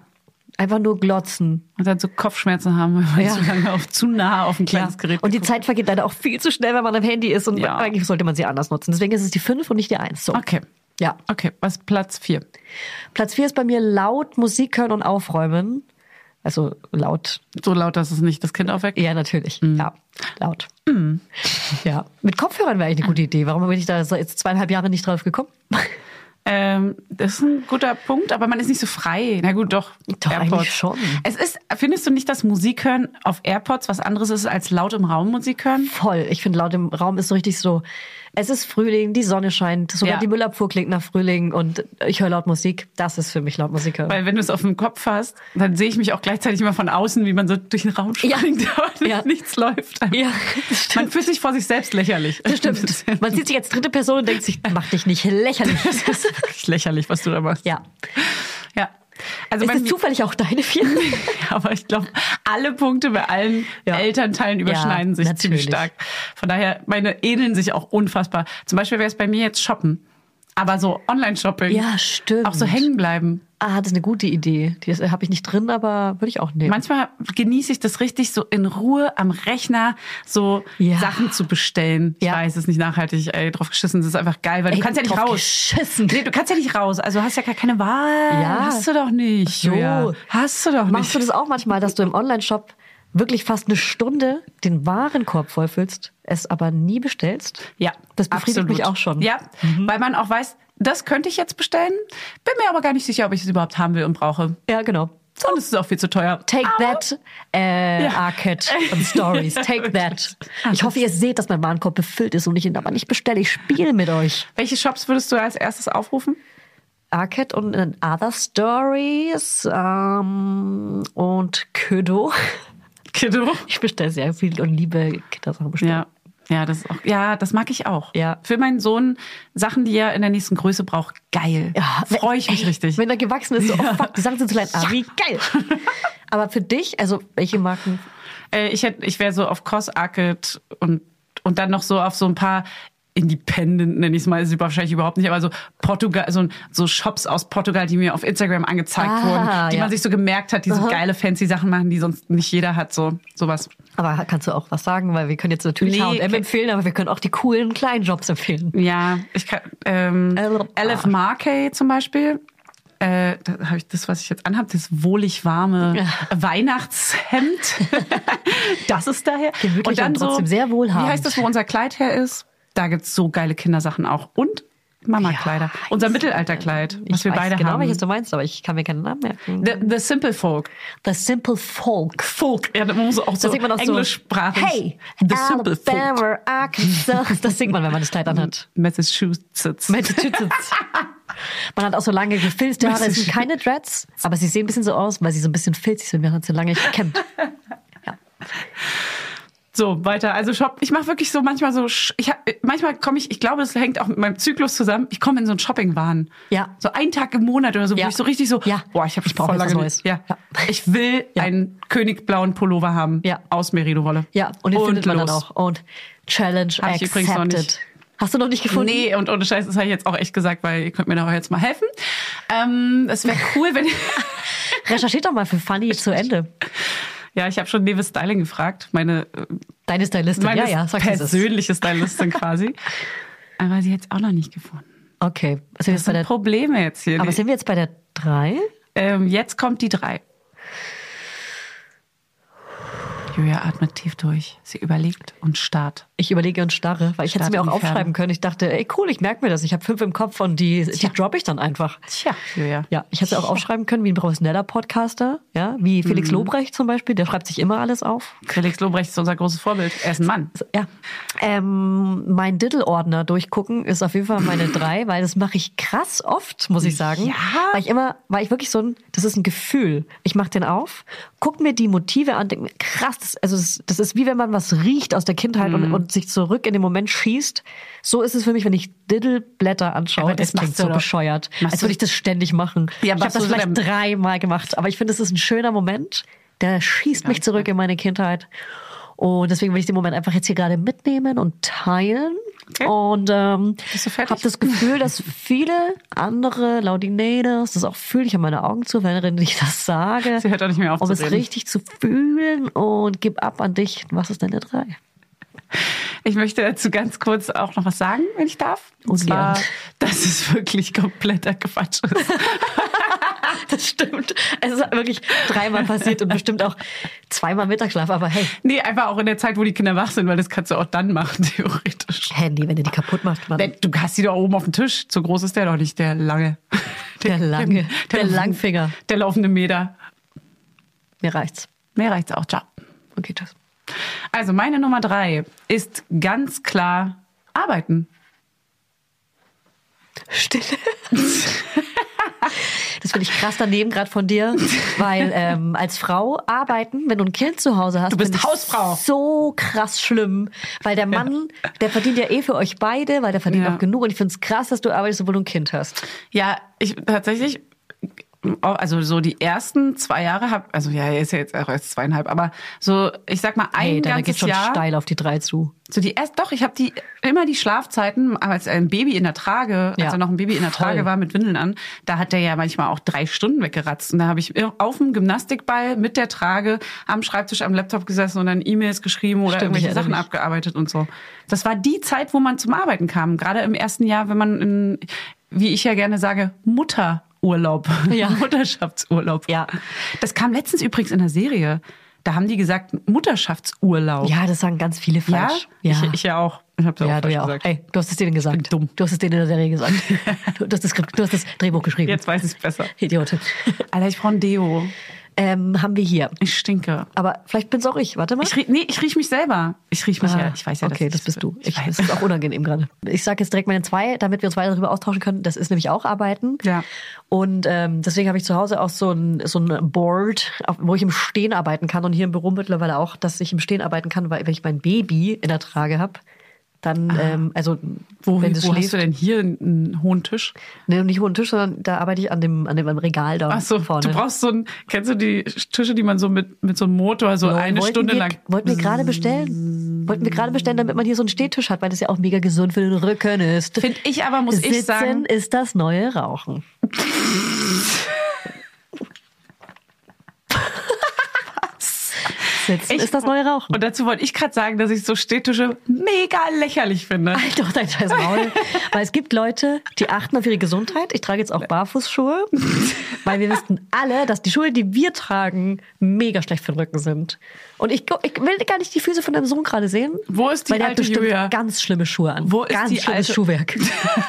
S1: einfach nur glotzen.
S2: Und dann so Kopfschmerzen haben, weil man
S1: Ja.
S2: zu lange auf, zu nah auf ein kleines Gerät
S1: Und die
S2: geguckt
S1: Zeit vergeht leider auch viel zu schnell, wenn man am Handy ist und
S2: Ja.
S1: eigentlich sollte man sie anders nutzen. Deswegen ist es die 5 und nicht die 1. So.
S2: hat. Okay.
S1: Ja.
S2: Okay, was Platz vier?
S1: Platz 4 ist bei mir laut Musik hören und aufräumen. Also laut
S2: So laut, dass es nicht das Kind aufweckt.
S1: Ja, natürlich.
S2: Mhm.
S1: Ja, laut. Ja, mit Kopfhörern wäre eigentlich
S2: Ah.
S1: eine gute Idee. Warum bin ich da so jetzt zweieinhalb Jahre nicht drauf gekommen?
S2: Ähm, das ist ein guter Punkt, aber man ist nicht so frei. Na gut, doch.
S1: Doch, eigentlich schon.
S2: Es ist, findest du nicht, dass Musik hören auf AirPods was anderes ist als laut im Raum Musik hören?
S1: Voll. Ich finde, laut im Raum ist so richtig so, es ist Frühling, die Sonne scheint, sogar
S2: Ja.
S1: die Müllabfuhr klingt nach Frühling und ich höre laut Musik. Das ist für mich laut Musik hören.
S2: Weil wenn du es auf dem Kopf hast, dann sehe ich mich auch gleichzeitig immer von außen, wie man so durch den Raum
S1: Ja.
S2: springt, aber
S1: Ja.
S2: nichts läuft.
S1: Ja, das stimmt.
S2: Man fühlt sich vor sich selbst lächerlich.
S1: Das stimmt. Man sieht sich als dritte Person und denkt sich, mach dich nicht lächerlich.
S2: Das ist wirklich lächerlich, was du da machst.
S1: ja.
S2: ja. Also
S1: Ist
S2: bei
S1: das
S2: mir-
S1: zufällig auch deine vier?
S2: Aber ich glaube, alle Punkte bei allen
S1: Ja.
S2: Elternteilen überschneiden
S1: Ja,
S2: sich ziemlich
S1: natürlich.
S2: stark. Von daher, meine ähneln sich auch unfassbar. Zum Beispiel wäre es bei mir jetzt Shoppen. Aber so Online-Shopping.
S1: Ja, stimmt.
S2: Auch so hängen bleiben.
S1: Ah, das ist eine gute Idee. Die habe ich nicht drin, aber würde ich auch nehmen.
S2: Manchmal genieße ich das richtig, so in Ruhe am Rechner so
S1: Ja.
S2: Sachen zu bestellen. Ich
S1: Ja.
S2: weiß, es ist nicht nachhaltig, ey, drauf geschissen, das ist einfach geil, weil
S1: Ey,
S2: du kannst ja nicht
S1: drauf
S2: raus.
S1: geschissen.
S2: Nee, du kannst ja nicht raus, also hast ja gar keine Wahl.
S1: Ja.
S2: Hast du doch nicht.
S1: so.
S2: Julia. Hast du doch
S1: Machst du
S2: nicht.
S1: das auch manchmal, dass du im Online-Shop wirklich fast eine Stunde den Warenkorb vollfüllst, es aber nie bestellst?
S2: Ja,
S1: Das befriedigt
S2: absolut.
S1: mich auch schon. Mhm.
S2: Ja, weil man auch weiß, das könnte ich jetzt bestellen, bin mir aber gar nicht sicher, ob ich es überhaupt haben will und brauche.
S1: Ja, genau.
S2: Und es ist auch viel zu teuer. Ah,
S1: Take that, äh,
S2: Ja.
S1: Arcade und Stories.
S2: Ja,
S1: Take that.
S2: wirklich.
S1: Ich hoffe, ihr seht, dass mein Warenkorb befüllt ist und ich ihn aber nicht bestelle. Ich spiele mit euch.
S2: Welche Shops würdest du als erstes aufrufen?
S1: Arcade und in Other Stories ähm, und Ködo.
S2: Kiddo.
S1: Ich bestelle sehr viel und liebe Kindersachen bestellen.
S2: Ja. Ja, das ist auch, ja, das mag ich auch.
S1: Ja.
S2: Für meinen Sohn Sachen, die er in der nächsten Größe braucht, geil.
S1: Ja, wenn-
S2: Freue ich mich
S1: ey,
S2: richtig.
S1: Wenn er gewachsen ist, so, oh fuck, die Sachen sind zu klein. Ah, wie geil. Aber für dich, also welche Marken?
S2: Äh, ich hätte, ich wäre so auf Cross Arcade und, und dann noch so auf so ein paar Independent, nenne ich es mal, ist wahrscheinlich überhaupt nicht, aber so Portugal, so, so Shops aus Portugal, die mir auf Instagram angezeigt
S1: Ah,
S2: wurden, die
S1: ja.
S2: man sich so gemerkt hat, die so geile fancy Sachen machen, die sonst nicht jeder hat, so, sowas.
S1: Aber kannst du auch was sagen? Weil wir können jetzt natürlich
S2: Nee,
S1: H&M
S2: ke-
S1: empfehlen, aber wir können auch die coolen kleinen Jobs empfehlen.
S2: Ja, ich kann, ähm,
S1: L-
S2: Elf Markey zum Beispiel. Äh, da habe ich das, was ich jetzt anhabe, das wohlig warme
S1: Ja.
S2: Weihnachtshemd. das ist daher.
S1: Gemütlich und trotzdem sehr wohlhabend.
S2: Wie heißt das, wo unser Kleid her ist? Da gibt's so geile Kindersachen auch. Und Mama-Kleider.
S1: Ja,
S2: unser
S1: weiß
S2: Mittelalterkleid, was
S1: ich
S2: wir
S1: weiß
S2: beide
S1: genau,
S2: haben.
S1: welches du meinst, aber ich kann mir keinen Namen merken.
S2: The, the Simple Folk.
S1: The Simple Folk.
S2: Folk. Ja, man muss auch
S1: Das
S2: so
S1: singt man auch
S2: englischsprachig.
S1: so. Hey,
S2: The Simple Folk.
S1: Alabama, Arkansas. Das singt man, wenn man das Kleid anhat.
S2: Massachusetts.
S1: Massachusetts. Man hat auch so lange gefilzte Haare. Es sind keine Dreads, aber sie sehen ein bisschen so aus, weil sie so ein bisschen filzig sind. Wir haben sie lange nicht gekämmt.
S2: So, weiter. Also Shop, ich mache wirklich so manchmal so, Sch- ich hab, manchmal komme ich, ich glaube, das hängt auch mit meinem Zyklus zusammen. Ich komme in so einen Shopping-Wahn.
S1: Ja.
S2: So einen Tag im Monat oder so,
S1: Ja.
S2: wo ich so richtig so,
S1: Ja.
S2: boah, ich habe
S1: Ich brauch
S2: voll
S1: jetzt was
S2: lange
S1: Neues.
S2: nicht- Ja.
S1: Ja.
S2: Ich will
S1: Ja.
S2: einen königblauen Pullover haben
S1: Ja.
S2: aus Merino-Wolle.
S1: Ja, und den findet man
S2: los.
S1: dann auch. Und Challenge
S2: Hab ich übrigens noch
S1: accepted.
S2: nicht.
S1: Hast du noch nicht gefunden?
S2: Nee, und ohne Scheiß, das habe ich jetzt auch echt gesagt, weil ihr könnt mir da auch jetzt mal helfen. Ähm, das wäre cool, wenn...
S1: Recherchiert doch mal für Funny zu Ende.
S2: ja, ich habe schon Neves Styling gefragt, meine äh,
S1: Deine Stylistin.
S2: meine
S1: ja, ja, sag es.
S2: persönliche Stylistin quasi. Aber sie hat es auch noch nicht gefunden.
S1: Okay. Sind wir
S2: Das
S1: jetzt bei
S2: sind
S1: der,
S2: Probleme jetzt hier.
S1: aber
S2: Die-
S1: sind wir jetzt bei der drei?
S2: Ähm, jetzt kommt die drei. Julia atmet tief durch. Sie überlegt und starrt.
S1: Ich überlege und starre, weil ich hätte es
S2: Start
S1: mir auch
S2: in die
S1: aufschreiben
S2: Ferne.
S1: können. Ich dachte, ey cool, ich merke mir das. Ich habe fünf im Kopf und die, die droppe ich dann einfach.
S2: Tja, Julia.
S1: Ja, ich hätte es auch aufschreiben können wie ein professioneller Podcaster, ja, wie Felix
S2: Mhm.
S1: Lobrecht zum Beispiel, der schreibt sich immer alles auf.
S2: Felix Lobrecht ist unser großes Vorbild. Er ist ein Mann.
S1: Ja. Ähm, mein Diddle-Ordner durchgucken ist auf jeden Fall meine drei, weil das mache ich krass oft, muss ich sagen.
S2: Ja.
S1: Weil ich immer, weil ich wirklich so ein, das ist ein Gefühl. Ich mache den auf, guck mir die Motive an, denk mir, krass, das, also das, das ist wie wenn man was riecht aus der Kindheit
S2: Mhm.
S1: und, und sich zurück in den Moment schießt. So ist es für mich, wenn ich Diddle-Blätter anschaue.
S2: Aber
S1: Das,
S2: das
S1: das klingt
S2: machst du
S1: so
S2: doch-
S1: bescheuert, als
S2: machst du-
S1: würde ich das ständig machen.
S2: Ja,
S1: ich habe
S2: machst
S1: das
S2: du so
S1: vielleicht
S2: dein-
S1: dreimal gemacht, aber ich finde, es ist ein schöner Moment. Der schießt mich zurück in meine Kindheit. Und deswegen will ich den Moment einfach jetzt hier gerade mitnehmen und teilen.
S2: Okay.
S1: Und ähm,
S2: Bist du fertig?
S1: habe das Gefühl, dass viele andere Laudinators das auch fühlen. Ich habe meine Augen zu, wenn ich das sage.
S2: Sie hört auch nicht mehr auf
S1: Um
S2: zu
S1: es
S2: reden.
S1: richtig zu fühlen und gib ab an dich. Was ist deine drei?
S2: Ich möchte dazu ganz kurz auch noch was sagen, wenn ich darf. Und
S1: Ungern.
S2: zwar, dass es wirklich kompletter Quatsch ist.
S1: Ah, Das stimmt. Es ist wirklich dreimal passiert und bestimmt auch zweimal Mittagsschlaf. Aber hey,
S2: Nee, einfach auch in der Zeit, wo die Kinder wach sind, weil das kannst du auch dann machen, theoretisch.
S1: Handy, wenn du die kaputt machst, Mann.
S2: Wenn- Du hast die da oben auf dem Tisch. So groß ist der doch nicht, der lange.
S1: Der lange. Der
S2: laufende-
S1: Langfinger.
S2: Der laufende Meter.
S1: Mir reicht's.
S2: Mehr reicht's auch. Ciao.
S1: Okay, tschüss.
S2: Also meine Nummer drei ist ganz klar arbeiten.
S1: Stille. Das finde ich krass daneben gerade von dir, weil ähm, als Frau arbeiten, wenn du ein Kind zu Hause hast,
S2: Du bist
S1: find ich
S2: Hausfrau.
S1: So krass schlimm, weil der Mann, der verdient ja eh für euch beide, weil der verdient
S2: Ja.
S1: auch genug und ich finde es krass, dass du arbeitest, obwohl du ein Kind hast.
S2: Ja, ich tatsächlich, also so die ersten zwei Jahre habe, also ja, er ist ja jetzt auch erst zweieinhalb, aber so, ich sag mal, ein
S1: Hey, da geht
S2: ganzes
S1: schon
S2: Jahr.
S1: steil auf die drei zu.
S2: So die erst, doch, ich habe die immer die Schlafzeiten, als ein Baby in der Trage,
S1: Ja.
S2: als er noch ein Baby in der
S1: Voll.
S2: Trage war mit Windeln an, da hat der ja manchmal auch drei Stunden weggeratzt. Und da habe ich auf dem Gymnastikball mit der Trage am Schreibtisch am Laptop gesessen und dann E-Mails geschrieben oder
S1: Stimmt, ich
S2: irgendwelche
S1: erinnere
S2: Sachen
S1: mich.
S2: abgearbeitet und so. Das war die Zeit, wo man zum Arbeiten kam. Gerade im ersten Jahr, wenn man in, wie ich ja gerne sage, Mutterurlaub,
S1: Ja.
S2: Mutterschaftsurlaub.
S1: Ja.
S2: Das kam letztens übrigens in der Serie. Da haben die gesagt, Mutterschaftsurlaub.
S1: Ja, das sagen ganz viele falsch.
S2: Oh. Ja, ich, ich ja auch. Ich hab's ja,
S1: ja,
S2: auch
S1: du
S2: falsch
S1: ja auch.
S2: gesagt.
S1: Ey, du hast es denen gesagt.
S2: bin dumm.
S1: Du hast es denen in der Serie gesagt. Du, du, hast, das, Skript- du hast das Drehbuch geschrieben.
S2: Jetzt weiß ich's besser.
S1: Idiote.
S2: Alter, ich brauche ein Deo.
S1: Ähm, haben wir hier.
S2: Ich stinke.
S1: Aber vielleicht bin's auch ich. Warte mal.
S2: Ich riech, nee, ich riech mich selber. Ich riech mich ja. Ich weiß ja, dass
S1: Ah, Okay,
S2: ich
S1: das bist du.
S2: Ich
S1: Ich, das
S2: weiß.
S1: ist auch unangenehm gerade. Ich sage jetzt direkt meine zwei, damit wir uns weiter darüber austauschen können. Das ist nämlich auch Arbeiten.
S2: Ja.
S1: Und ähm, deswegen habe ich zu Hause auch so ein, so ein Board, auf, wo ich im Stehen arbeiten kann. Und hier im Büro mittlerweile auch, dass ich im Stehen arbeiten kann, weil wenn ich mein Baby in der Trage habe, dann, ähm, also
S2: Ah. Wo,
S1: wenn es
S2: wo hast
S1: schläft,
S2: du denn hier einen hohen Tisch?
S1: nee, nicht hohen Tisch, sondern da arbeite ich an dem, an dem am Regal da
S2: Ach so,
S1: vorne.
S2: du brauchst so einen, kennst du die Tische, die man so mit, mit so einem Motor so
S1: Lol,
S2: Also eine
S1: wollten
S2: Stunde
S1: wir,
S2: lang.
S1: Wollten wir gerade bestellen. Wollten wir gerade bestellen, damit man hier so einen Stehtisch hat, weil das ja auch mega gesund für den Rücken ist.
S2: Find ich aber, muss
S1: Sitzen
S2: ich sagen.
S1: ist das neue Rauchen. Sitzen
S2: Ich-
S1: ist das neue Rauchen.
S2: Und dazu wollte ich gerade sagen, dass ich so Städtische mega lächerlich finde.
S1: Halt doch dein scheiß Maul. weil es gibt Leute, die achten auf ihre Gesundheit. Ich trage jetzt auch Barfußschuhe, weil wir wissen alle, dass die Schuhe, die wir tragen, mega schlecht für den Rücken sind. Und ich, gu- ich will gar nicht die Füße von deinem Sohn gerade sehen.
S2: Wo ist die
S1: weil der hat
S2: alte
S1: bestimmt
S2: Julia?
S1: ganz schlimme Schuhe an.
S2: Wo ist
S1: ganz
S2: die
S1: schlimmes
S2: alte-
S1: Schuhwerk.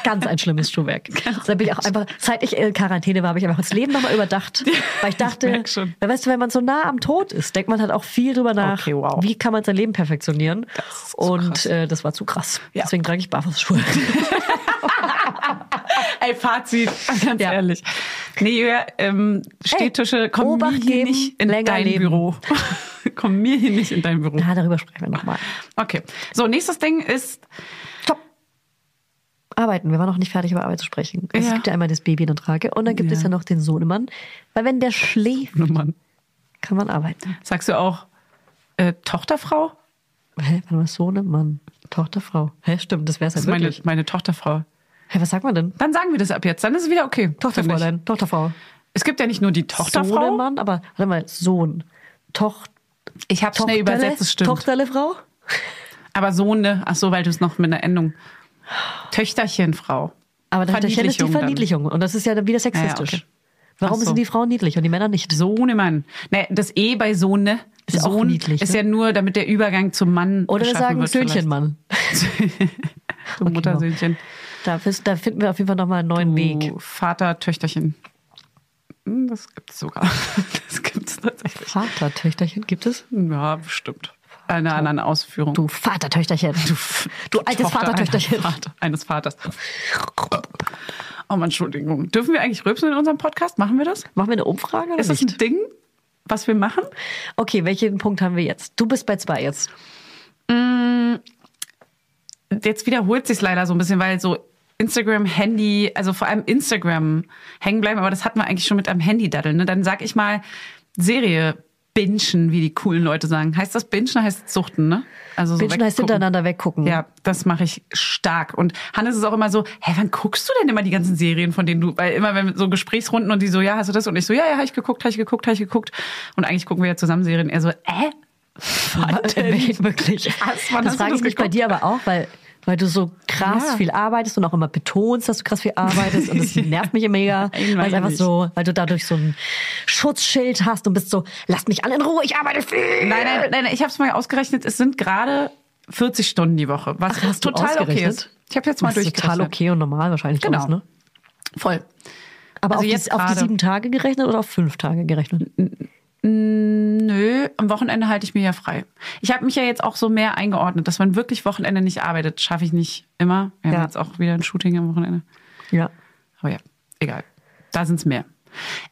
S1: ganz ein schlimmes Schuhwerk. Da bin ich auch einfach, seit ich in Quarantäne war, habe ich einfach das Leben nochmal überdacht. Weil ich dachte,
S2: merk schon.
S1: weil weißt du, wenn man so nah am Tod ist, denkt man halt auch viel drüber nach,
S2: Okay, wow.
S1: wie kann man sein Leben perfektionieren.
S2: Das ist zu
S1: Und
S2: krass.
S1: äh, das war zu krass.
S2: Ja.
S1: Deswegen trage ich Barfußschuhe.
S2: Ey, Fazit, ganz
S1: Ja.
S2: ehrlich. Nee, Julia, ähm, Städtische, komm
S1: Obacht
S2: mir hier
S1: geben,
S2: nicht in
S1: länger
S2: dein
S1: leben.
S2: Büro. komm mir hier nicht in dein Büro.
S1: Na, darüber sprechen wir nochmal.
S2: Okay. So, nächstes Ding ist,
S1: Stopp. Arbeiten. Wir waren noch nicht fertig, über Arbeit zu sprechen. Es
S2: Ja.
S1: gibt ja einmal das Baby in der Trage und dann gibt es ja noch den Sohnemann. Weil wenn der schläft,
S2: oh Mann,
S1: kann man arbeiten.
S2: sagst du auch äh, Tochterfrau?
S1: Hä? Warte mal, Sohnemann, Tochter, Frau. Hä? Stimmt, das wäre es
S2: Das
S1: halt
S2: ist meine,
S1: wirklich.
S2: meine Tochterfrau.
S1: Hä, was sagt man denn?
S2: Dann sagen wir das ab jetzt. Dann ist es wieder okay. finde ich.
S1: Tochterfräulein, Tochterfrau.
S2: Es gibt ja nicht nur die Tochterfrau.
S1: Sohnemann, aber warte mal, Sohn. Tochter.
S2: Ich habe schnell übersetzt, es stimmt.
S1: Tochterlefrau?
S2: Aber Sohne, ach so, weil du es noch mit einer Endung. Töchterchenfrau.
S1: Aber dahinter steckt ist die
S2: Verniedlichung dann.
S1: Verniedlichung. Und das ist ja dann wieder sexistisch.
S2: Ja, ja, okay.
S1: Warum
S2: Ach so.
S1: sind die Frauen niedlich und die Männer nicht?
S2: Sohnemann. Ne, das E bei Sohne.
S1: Ist auch
S2: Sohn
S1: niedlich,
S2: ist
S1: ne?
S2: ja nur, damit der Übergang zum Mann
S1: Oder wir
S2: geschaffen
S1: sagen
S2: wird vielleicht.
S1: Söhnchenmann.
S2: Du
S1: Okay,
S2: Muttersöhnchen.
S1: Da, fis- da finden wir auf jeden Fall nochmal einen neuen Weg.
S2: Du Oh, Vater, Töchterchen. Hm, Das gibt's sogar. Das gibt's tatsächlich.
S1: Vatertöchterchen gibt es?
S2: Ja, bestimmt. Einer anderen Ausführung.
S1: Du Vatertöchterchen. Du, du altes
S2: Tochter
S1: Vatertöchterchen.
S2: Eines, Vater, eines Vaters. Oh Mann, Entschuldigung. Dürfen wir eigentlich rülpsen in unserem Podcast? Machen wir das?
S1: Machen wir eine Umfrage oder
S2: Ist das ein
S1: nicht?
S2: Ding, was wir machen?
S1: Okay, welchen Punkt haben wir jetzt? Du bist bei zwei jetzt.
S2: Jetzt wiederholt sich leider so ein bisschen, weil so Instagram, Handy, also vor allem Instagram hängen bleiben, aber das hatten wir eigentlich schon mit einem Handy daddeln. Ne? Dann sag ich mal Serie bingen, wie die coolen Leute sagen. Heißt das bingen, heißt suchten, ne? Also so
S1: Bingen heißt
S2: weggucken.
S1: hintereinander weggucken.
S2: Ja, das mache ich stark. Und Hannes ist auch immer so, hä, wann guckst du denn immer die ganzen Serien, von denen du, weil immer wenn so Gesprächsrunden und die so, ja, hast du das? Und ich so, ja, ja, habe ich geguckt, habe ich geguckt, habe ich geguckt. Und eigentlich gucken wir ja zusammen Serien. Er so, äh, wann denn?
S1: Äh, Wirklich.
S2: Hast- wann
S1: das
S2: hast du
S1: frage
S2: das
S1: ich mich bei
S2: geguckt?
S1: dir aber auch, weil, weil du so krass
S2: Ja.
S1: viel arbeitest und auch immer betonst, dass du krass viel arbeitest und das nervt mich mega.
S2: Nein,
S1: Weil es
S2: weiß
S1: einfach
S2: ich
S1: so, weil du dadurch so ein Schutzschild hast und bist so, lasst mich alle in Ruhe, ich arbeite viel.
S2: Nein, nein, nein, nein, ich habe es mal ausgerechnet, es sind gerade 40 Stunden die Woche, was
S1: Ach, hast du
S2: total okay
S1: ausgerechnet?
S2: ist. Ich habe jetzt mal
S1: Das ist total
S2: durchgerechnet.
S1: okay und normal wahrscheinlich.
S2: Genau.
S1: Aus, ne?
S2: Voll.
S1: Aber
S2: Also
S1: auf,
S2: jetzt
S1: die, auf die
S2: gerade.
S1: sieben Tage gerechnet oder auf fünf Tage gerechnet?
S2: Nö, am Wochenende halte ich mir ja frei. Ich habe mich ja jetzt auch so mehr eingeordnet, dass man wirklich Wochenende nicht arbeitet. Schaffe ich nicht immer. Wir
S1: Ja.
S2: haben jetzt auch wieder ein Shooting am Wochenende.
S1: Ja.
S2: Aber ja, egal. Da sind's mehr.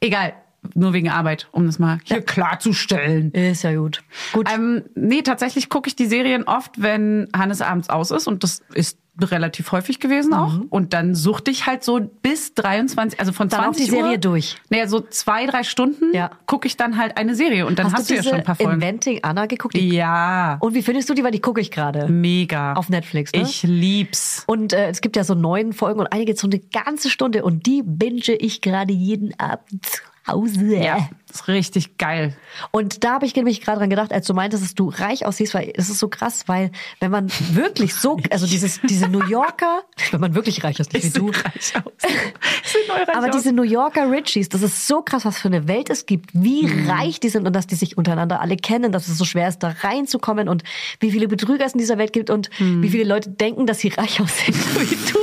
S2: Egal, nur wegen Arbeit, um das mal hier klarzustellen.
S1: Ist ja gut. Gut.
S2: Ähm, nee, tatsächlich gucke ich die Serien oft, wenn Hannes abends aus ist und das ist relativ häufig gewesen auch. Und dann suchte ich halt so bis 23, also von
S1: Mhm. Dann auch
S2: 20
S1: die Serie
S2: Uhr,
S1: durch.
S2: Naja, so zwei, drei Stunden
S1: Ja.
S2: gucke ich dann halt eine Serie und dann hast, du ja
S1: diese
S2: schon ein paar Folgen.
S1: Inventing Anna geguckt? Die-
S2: Ja,
S1: Und wie findest du die? Weil die gucke ich gerade.
S2: mega.
S1: Auf Netflix, ne?
S2: Ich lieb's.
S1: Und äh, es gibt ja so neun Folgen und einige so eine ganze Stunde und die binge ich gerade jeden Abend zu Hause.
S2: Ja, ist richtig geil.
S1: Und da habe ich nämlich gerade dran gedacht, als du meintest, dass du reich aussiehst, weil es ist so krass, weil wenn man wirklich so, also dieses, diese New Yorker, wenn man wirklich reich ist, nicht wie du,
S2: reich aus. Ich seh neu reich
S1: Aber
S2: aus.
S1: diese New Yorker Richies, das ist so krass, was für eine Welt es gibt, wie
S2: Mhm.
S1: reich die sind und dass die sich untereinander alle kennen, dass es so schwer ist, da reinzukommen und wie viele Betrüger es in dieser Welt gibt und
S2: Mhm.
S1: wie viele Leute denken, dass sie reich aussehen, so wie du.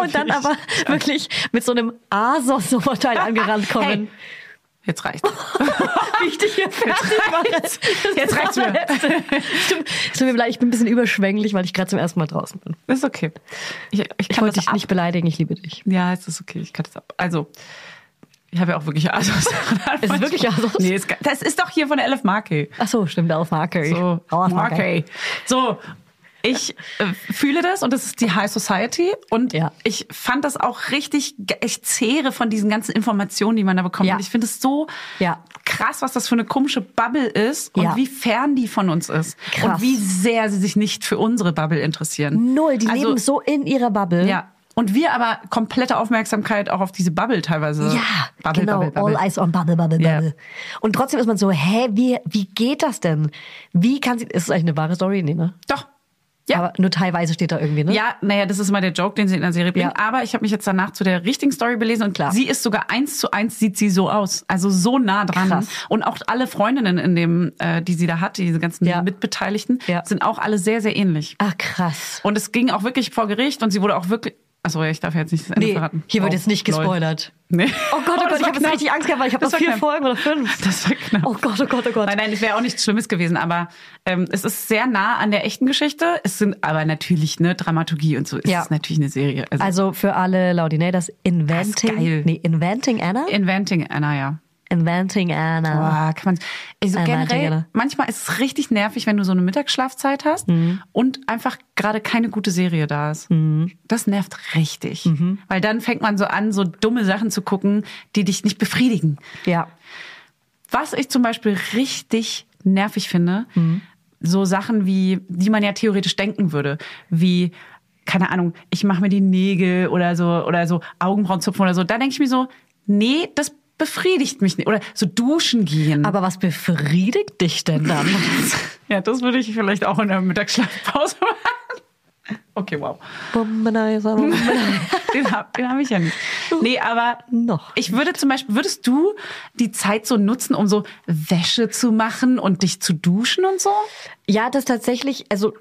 S1: Und dann aber wirklich mit so einem Asos-Oberteil angerannt kommen.
S2: Jetzt reicht's.
S1: Wie ich dich hier fertig mache. Das
S2: Jetzt
S1: ist
S2: reicht's
S1: das
S2: mir.
S1: Letzte. Stimmt, tut mir leid, ich bin ein bisschen überschwänglich, weil ich gerade zum ersten Mal draußen bin.
S2: Ist okay. Ich, ich
S1: Ich
S2: kann
S1: wollte
S2: das
S1: dich
S2: ab.
S1: nicht beleidigen, ich liebe dich.
S2: Ja, es ist okay, ich kann das ab. Also, ich habe ja auch wirklich Asos.
S1: Ist es wirklich Asos?
S2: Nee, ist, ge- das ist doch hier von Elf Marke.
S1: Ach so, stimmt, auf Marke.
S2: So,
S1: Auf Marke.
S2: Marke. So, ich äh, fühle das und das ist die High Society und
S1: Ja.
S2: ich fand das auch richtig, ge- ich zehre von diesen ganzen Informationen, die man da bekommt.
S1: Ja.
S2: Und ich finde es so
S1: Ja.
S2: krass, was das für eine komische Bubble ist und
S1: Ja.
S2: wie fern die von uns ist.
S1: Krass.
S2: Und wie sehr sie sich nicht für unsere Bubble interessieren.
S1: Null, die
S2: Also-
S1: leben so in ihrer Bubble.
S2: Ja. Und wir aber komplette Aufmerksamkeit auch auf diese Bubble teilweise.
S1: Ja,
S2: Bubble,
S1: genau.
S2: Bubble, Bubble.
S1: All eyes on Bubble, Bubble,
S2: Ja.
S1: Bubble. Und trotzdem ist man so, hä, wie, wie geht das denn? Wie kann sie, ist es eigentlich eine wahre Story? Nee, ne?
S2: Doch. Ja.
S1: Aber nur teilweise steht da irgendwie, ne?
S2: Ja, naja, das ist immer der Joke, den sie in der Serie bringen.
S1: Ja.
S2: Aber ich habe mich jetzt danach zu der richtigen Story belesen und
S1: Klar.
S2: sie ist sogar eins zu eins, sieht sie so aus. Also so nah dran.
S1: Krass.
S2: Und auch alle Freundinnen in dem, äh, die sie da hat, diese ganzen
S1: Ja.
S2: Mitbeteiligten,
S1: Ja.
S2: sind auch alle sehr, sehr ähnlich.
S1: Ach, krass.
S2: Und es ging auch wirklich vor Gericht und sie wurde auch wirklich. Achso, ja, ich darf ja jetzt nicht das Ende
S1: Nee,
S2: verraten.
S1: hier wird
S2: Oh,
S1: jetzt nicht
S2: lol.
S1: gespoilert.
S2: Nee.
S1: Oh Gott, oh, Gott, ich
S2: das war
S1: habe jetzt
S2: knapp.
S1: richtig Angst gehabt, weil ich habe
S2: Das
S1: noch
S2: war
S1: vier
S2: knapp.
S1: Folgen oder fünf.
S2: Das war knapp.
S1: Oh Gott, oh Gott, oh Gott.
S2: Nein, nein, es wäre auch nichts Schlimmes gewesen, aber ähm, es ist sehr nah an der echten Geschichte. Es sind aber natürlich ne Dramaturgie und so ist
S1: Ja.
S2: es natürlich eine Serie. Also,
S1: Also für alle Laudinators, Inventing,
S2: Das ist geil.
S1: nee, Inventing Anna?
S2: Inventing Anna, ja.
S1: Inventing Anna.
S2: Boah, kann man. Also
S1: Äh, nein,
S2: generell,
S1: gerne.
S2: manchmal ist es richtig nervig, wenn du so eine Mittagsschlafzeit hast
S1: Mhm.
S2: und einfach gerade keine gute Serie da ist. Das nervt richtig.
S1: Mhm.
S2: Weil dann fängt man so an, so dumme Sachen zu gucken, die dich nicht befriedigen.
S1: Ja.
S2: Was ich zum Beispiel richtig nervig finde, so Sachen wie, die man ja theoretisch denken würde, wie, keine Ahnung, ich mache mir die Nägel oder so, oder so Augenbrauen zupfen oder so, da denke ich mir so, nee, das befriedigt mich nicht. Oder so duschen gehen.
S1: Aber was befriedigt dich denn dann?
S2: ja, das würde ich vielleicht auch in der Mittagsschlafpause machen. Okay, wow.
S1: Womanizer.
S2: Den habe den hab ich ja nicht. Nee, aber
S1: Noch
S2: ich würde zum Beispiel, würdest du die Zeit so nutzen, um so Wäsche zu machen und dich zu duschen und so?
S1: Ja, das tatsächlich, also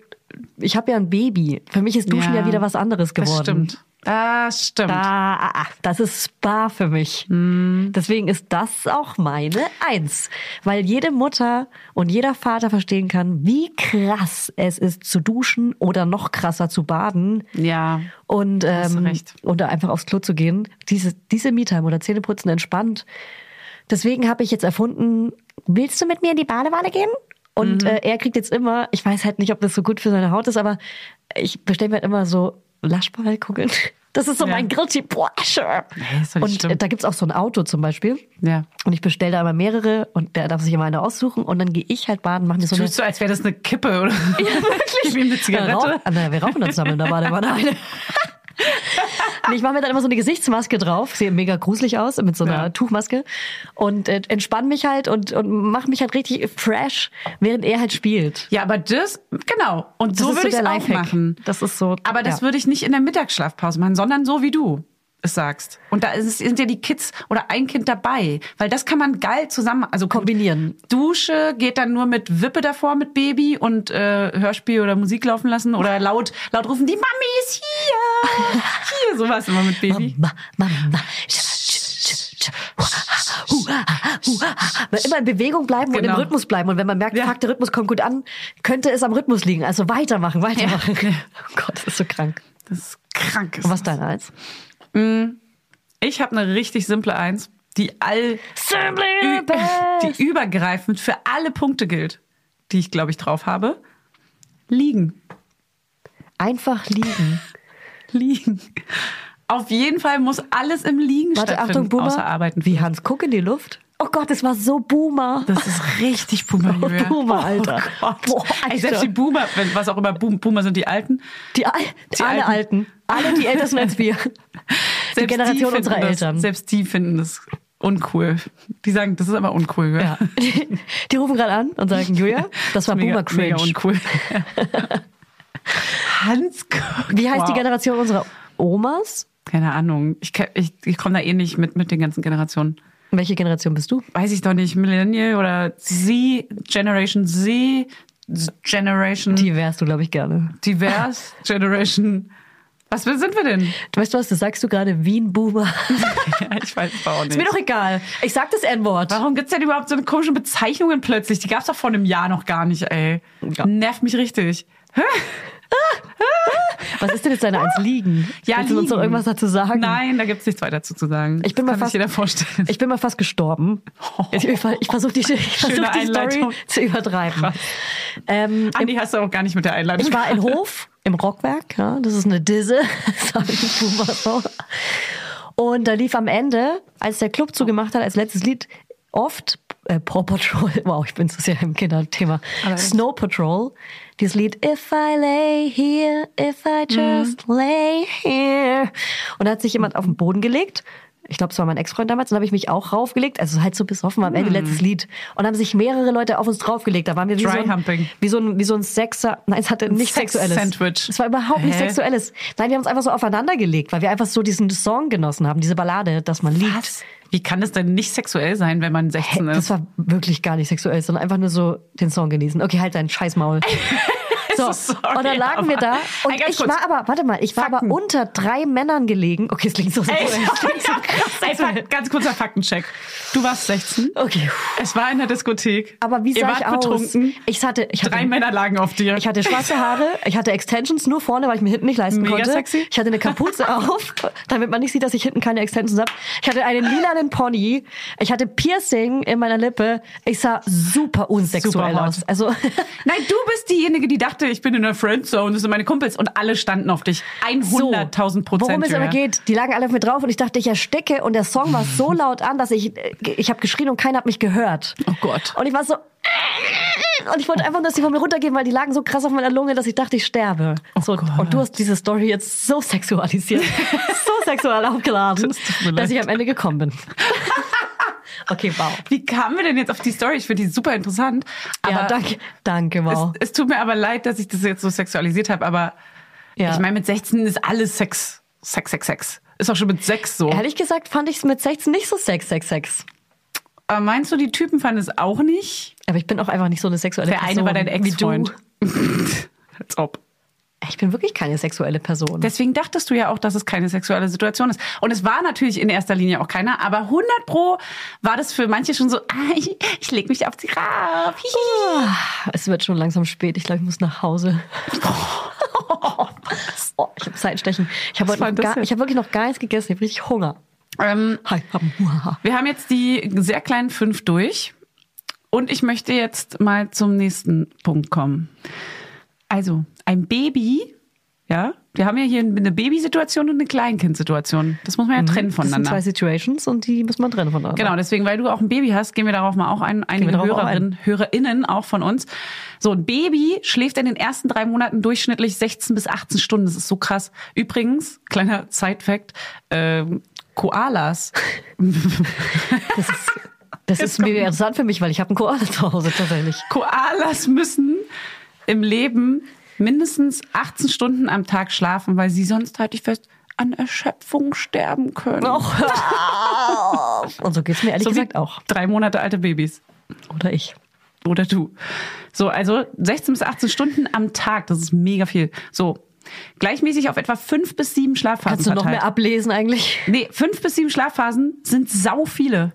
S1: ich habe ja ein Baby. Für mich ist Duschen ja,
S2: Ja.
S1: wieder was anderes geworden.
S2: Das stimmt. Das stimmt.
S1: Da, ah, ah, das ist Spa für mich.
S2: Mhm.
S1: Deswegen ist das auch meine Eins. Weil jede Mutter und jeder Vater verstehen kann, wie krass es ist zu duschen oder noch krasser zu baden.
S2: Ja.
S1: Und,
S2: hast
S1: ähm,
S2: recht.
S1: oder einfach aufs Klo zu gehen. Diese, diese Me-Time oder Zähneputzen entspannt. Deswegen habe ich jetzt erfunden, willst du mit mir in die Badewanne gehen?
S2: Mhm.
S1: Und äh, er kriegt jetzt immer, ich weiß halt nicht, ob das so gut für seine Haut ist, aber ich bestelle mir halt immer so Laschballkugeln. Das ist so
S2: Ja.
S1: mein guilty pleasure.
S2: ist doch nicht
S1: und
S2: schlimm.
S1: äh, da gibt's auch so ein Auto zum Beispiel.
S2: Ja.
S1: Und ich bestelle da immer mehrere und der darf sich immer eine aussuchen. Und dann gehe ich halt baden, mache mir so eine
S2: Tust du, als wäre das eine Kippe oder? Ja,
S1: wirklich.
S2: Gib ihm eine
S1: Ja,
S2: Zigarette.
S1: rauch, na, wir rauchen dann zusammen in der Badewanne eine. Und ich mache mir dann immer so eine Gesichtsmaske drauf, sehe mega gruselig aus mit so einer
S2: Ja.
S1: Tuchmaske und äh, entspann mich halt und, und mach mich halt richtig fresh, während er halt spielt.
S2: Ja, aber das, genau.
S1: Das
S2: Und so
S1: ist
S2: würde ich
S1: der
S2: es auch
S1: Lifehack.
S2: machen.
S1: Das ist so.
S2: Aber
S1: ja.
S2: das würde ich nicht in der Mittagsschlafpause machen, sondern so wie du es sagst. Und da ist, es- sind ja die Kids oder ein Kind dabei, weil das kann man geil zusammen, also gut,
S1: Kombinieren.
S2: Dusche geht dann nur mit Wippe davor mit Baby und äh, Hörspiel oder Musik laufen lassen oder laut laut rufen, die Mami ist hier, hier sowas immer mit Baby.
S1: Mama, Mama. Weil Immer in Bewegung bleiben und im
S2: Genau.
S1: Rhythmus bleiben. Und wenn man merkt,
S2: Ja.
S1: fuck, der Rhythmus kommt gut an, könnte es am Rhythmus liegen. Also weitermachen, weitermachen.
S2: Ja.
S1: Oh Gott, das ist so krank.
S2: Das ist krank. Ist
S1: Und was
S2: das.
S1: dein Eins?
S2: Ich habe eine richtig simple Eins, die all
S1: Simply
S2: Ü- die übergreifend für alle Punkte gilt, die ich glaube ich drauf habe. Liegen.
S1: Einfach liegen.
S2: Liegen. Auf jeden Fall muss alles im Liegen
S1: Warte,
S2: stattfinden,
S1: Achtung, Boomer.
S2: außer arbeiten.
S1: Wie Hans Kuck in die Luft. Oh Gott, das war so Boomer.
S2: Das ist richtig Boomer.
S1: Oh,
S2: Julia.
S1: Boomer, Alter.
S2: Oh Gott.
S1: Boah, Alter.
S2: Ey, selbst die Boomer, wenn, was auch immer, Boom, Boomer sind die Alten.
S1: Die, Al
S2: Die
S1: alle Alten.
S2: Alten.
S1: Alle, die älter sind als wir. die
S2: Selbst
S1: Generation
S2: finden
S1: unserer
S2: das,
S1: Eltern.
S2: Selbst die finden das uncool. Die sagen, das ist aber uncool. gell?
S1: Ja. Die rufen gerade an und sagen, Julia, das war
S2: mega,
S1: Boomer Cringe.
S2: Mega uncool. Hans Kuck.
S1: Wie heißt die
S2: Wow.
S1: Generation unserer Omas?
S2: Keine Ahnung. Ich, ke- ich, ich komme da eh nicht mit, mit den ganzen Generationen.
S1: Welche Generation bist du?
S2: Weiß ich doch nicht. Millennial oder Z, Generation Z, Generation
S1: Die wärst du, glaube ich, gerne.
S2: Divers, Generation. Was sind wir denn?
S1: Du weißt du was, das sagst du gerade Wien-Boomer.
S2: Ja, ich weiß es auch
S1: Ist mir
S2: nicht.
S1: doch egal. Ich sag das N-Wort.
S2: Warum gibt's denn überhaupt so eine komische Bezeichnungen plötzlich? Die gab's doch vor einem Jahr noch gar nicht, ey. Nervt mich richtig.
S1: Was ist denn jetzt deine Eins? Liegen? Willst du uns
S2: liegen.
S1: noch irgendwas dazu sagen?
S2: Nein, da gibt's nichts weiter dazu zu sagen.
S1: Ich bin
S2: das
S1: mal
S2: kann
S1: fast,
S2: sich jeder vorstellen.
S1: Ich bin mal fast gestorben. Ich, ich, ver- ich versuche die, ich versuch die Story
S2: Einleitung.
S1: zu übertreiben.
S2: Krass.
S1: Ähm,
S2: Andi hast du auch gar nicht mit der Einladung.
S1: ich war in Hof im Rockwerk, ja, das ist eine Disse, sagen die Boomer so. Und da lief am Ende, als der Club zugemacht hat, als letztes Lied, oft äh, Paw Patrol, wow, ich bin so sehr im Kinderthema, Snow Patrol, dieses Lied If I lay here, if I just lay here. Und da hat sich jemand auf den Boden gelegt. Ich glaube, es war mein Ex-Freund damals. Und da habe ich mich auch raufgelegt. Also halt so besoffen am Ende, letztes Lied. Und haben sich mehrere Leute auf uns draufgelegt. Da waren wir wie so ein,
S2: Dryhumping.
S1: wie so ein, wie so ein Sechser. Nein, es hatte nichts
S2: Sex-
S1: Sexuelles.
S2: Sandwich.
S1: Es war überhaupt nichts
S2: Hä?
S1: Sexuelles. Nein, wir haben uns einfach so aufeinander gelegt, weil wir einfach so diesen Song genossen haben, diese Ballade, dass man liegt.
S2: Was? Ne? Wie kann das denn nicht sexuell sein, wenn man
S1: Hä,
S2: 16 ist?
S1: das war wirklich gar nicht sexuell, sondern einfach nur so den Song genießen. Okay, halt dein Scheißmaul. So,
S2: Sorry,
S1: und dann lagen wir da
S2: aber-
S1: und
S2: Ey, ganz
S1: ich
S2: kurz.
S1: war aber, warte mal, ich war
S2: Fakten.
S1: aber unter drei Männern gelegen. Okay, es klingt so
S2: Ey,
S1: sexuell. es klingt so krass
S2: Ey,
S1: sexuell.
S2: Fak- ganz kurzer Faktencheck. Du warst 16.
S1: Okay.
S2: Es war in der Diskothek.
S1: Aber wie
S2: Ihr
S1: sah
S2: wart
S1: ich aus?
S2: betrunken.
S1: Ich hatte, ich hatte
S2: Drei Männer lagen auf dir.
S1: Ich hatte schwarze Haare, ich hatte Extensions nur vorne, weil ich mir hinten nicht leisten
S2: Mega
S1: konnte.
S2: sexy.
S1: Ich hatte eine Kapuze auf, damit man nicht sieht, dass ich hinten keine Extensions habe. Ich hatte einen lilanen Pony, ich hatte Piercing in meiner Lippe. Ich sah super unsexuell
S2: Super hot.
S1: aus. Also
S2: Nein, du bist diejenige, die dachte, ich bin in der Friendzone, das sind meine Kumpels und alle standen auf dich. 100.000 Prozent.
S1: Worum es
S2: Julia.
S1: aber geht, die lagen alle auf mir drauf und ich dachte, ich ersticke und der Song war so laut an, dass ich ich habe geschrien und keiner hat mich gehört.
S2: Oh Gott.
S1: Und ich war so und ich wollte einfach nur, dass die von mir runtergehen, weil die lagen so krass auf meiner Lunge, dass ich dachte, ich sterbe.
S2: Oh
S1: so, und du hast diese Story jetzt so sexualisiert, so sexual aufgeladen, dass ich am Ende gekommen bin. okay, wow.
S2: Wie kamen wir denn jetzt auf die Story? Ich finde die super interessant. Aber
S1: ja, danke, danke, wow.
S2: Es, es tut mir aber leid, dass ich das jetzt so sexualisiert habe, aber
S1: Ja.
S2: Ich meine, mit 16 ist alles Sex. Sex, Sex, Sex. Ist auch schon mit 6 so.
S1: Ehrlich gesagt fand ich es mit 16 nicht so sex, sex, sex.
S2: Aber meinst du, die Typen fanden es auch nicht?
S1: Aber ich bin auch einfach nicht so eine sexuelle
S2: Der
S1: Person.
S2: eine war dein
S1: wie du.
S2: Ex-Freund. Als ob.
S1: Ich bin wirklich keine sexuelle Person.
S2: Deswegen dachtest du ja auch, dass es keine sexuelle Situation ist. Und es war natürlich in erster Linie auch keiner, aber 100 pro war das für manche schon so, ah, ich, ich leg mich auf sie rauf. Hihi.
S1: es wird schon langsam spät. Ich glaube, ich muss nach Hause. Oh, ich habe Zeitstechen. Ich habe
S2: Was war
S1: hab
S2: das denn?
S1: hab wirklich noch gar nichts gegessen. Ich habe richtig Hunger.
S2: Ähm,
S1: Hi, haben, huhaha.
S2: wir haben jetzt die sehr kleinen fünf durch. Und ich möchte jetzt mal zum nächsten Punkt kommen. Also, ein Baby, ja, wir haben ja hier eine Babysituation und eine Kleinkindsituation. Das muss man ja trennen
S1: Mhm. Das sind
S2: voneinander.
S1: zwei Situations und die muss man trennen voneinander.
S2: Genau, deswegen, weil du auch ein Baby hast, gehen wir darauf mal auch ein, einige
S1: darauf auch
S2: Hörerinnen, Hörerinnen auch von uns. So, ein Baby schläft in den ersten drei Monaten durchschnittlich 16 bis 18 Stunden. Das ist so krass. Übrigens, kleiner Side-Fact, ähm, Koalas.
S1: Das ist, das ist mega interessant für mich, weil ich habe einen Koala zu Hause tatsächlich.
S2: Koalas müssen im Leben mindestens 18 Stunden am Tag schlafen, weil sie sonst, halte ich fest, an Erschöpfung sterben können.
S1: Und so geht's mir ehrlich
S2: so wie
S1: gesagt auch.
S2: drei Monate alte Babys.
S1: Oder ich.
S2: oder du. So, also 16 bis 18 Stunden am Tag, das ist mega viel. So, gleichmäßig auf etwa fünf bis sieben Schlafphasen
S1: Kannst du noch
S2: verteilt.
S1: mehr ablesen eigentlich?
S2: Nee, fünf bis sieben Schlafphasen sind sau viele.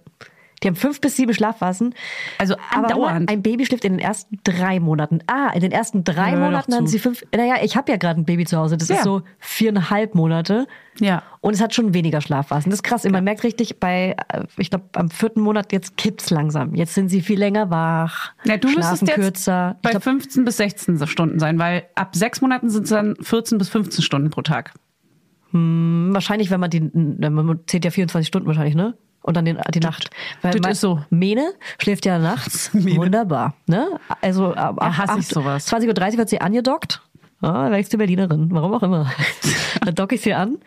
S1: Die haben fünf bis sieben Schlafphasen.
S2: Also
S1: Aber
S2: andauernd.
S1: ein Baby schläft in den ersten drei Monaten. Ah, in den ersten drei
S2: Hör doch
S1: Monaten haben
S2: zu.
S1: sie fünf. Naja, ich habe ja gerade ein Baby zu Hause. Das
S2: Ja.
S1: ist so viereinhalb Monate.
S2: Ja.
S1: Und es hat schon weniger Schlafphasen. Das ist krass. Und Man merkt richtig, bei, äh, ich glaube, am vierten Monat jetzt kippt's langsam. Jetzt sind sie viel länger wach.
S2: Ja, du
S1: schlafen
S2: müsstest jetzt
S1: kürzer. ich
S2: bei
S1: glaub,
S2: 15 bis 16 Stunden sein, weil ab sechs Monaten sind es dann 14 bis 15 Stunden pro Tag.
S1: wahrscheinlich, wenn man die, man zählt ja 24 Stunden wahrscheinlich, ne? Und dann den, die Nacht. Weil
S2: das
S1: man-
S2: ist so.
S1: Mene schläft ja nachts. Wunderbar. Ne? Also ab
S2: Ja, hasse
S1: acht-
S2: ich sowas.
S1: 20.30 Uhr wird sie angedockt. Ah, wäre ich zur Berlinerin. Warum auch immer. dann docke ich sie an.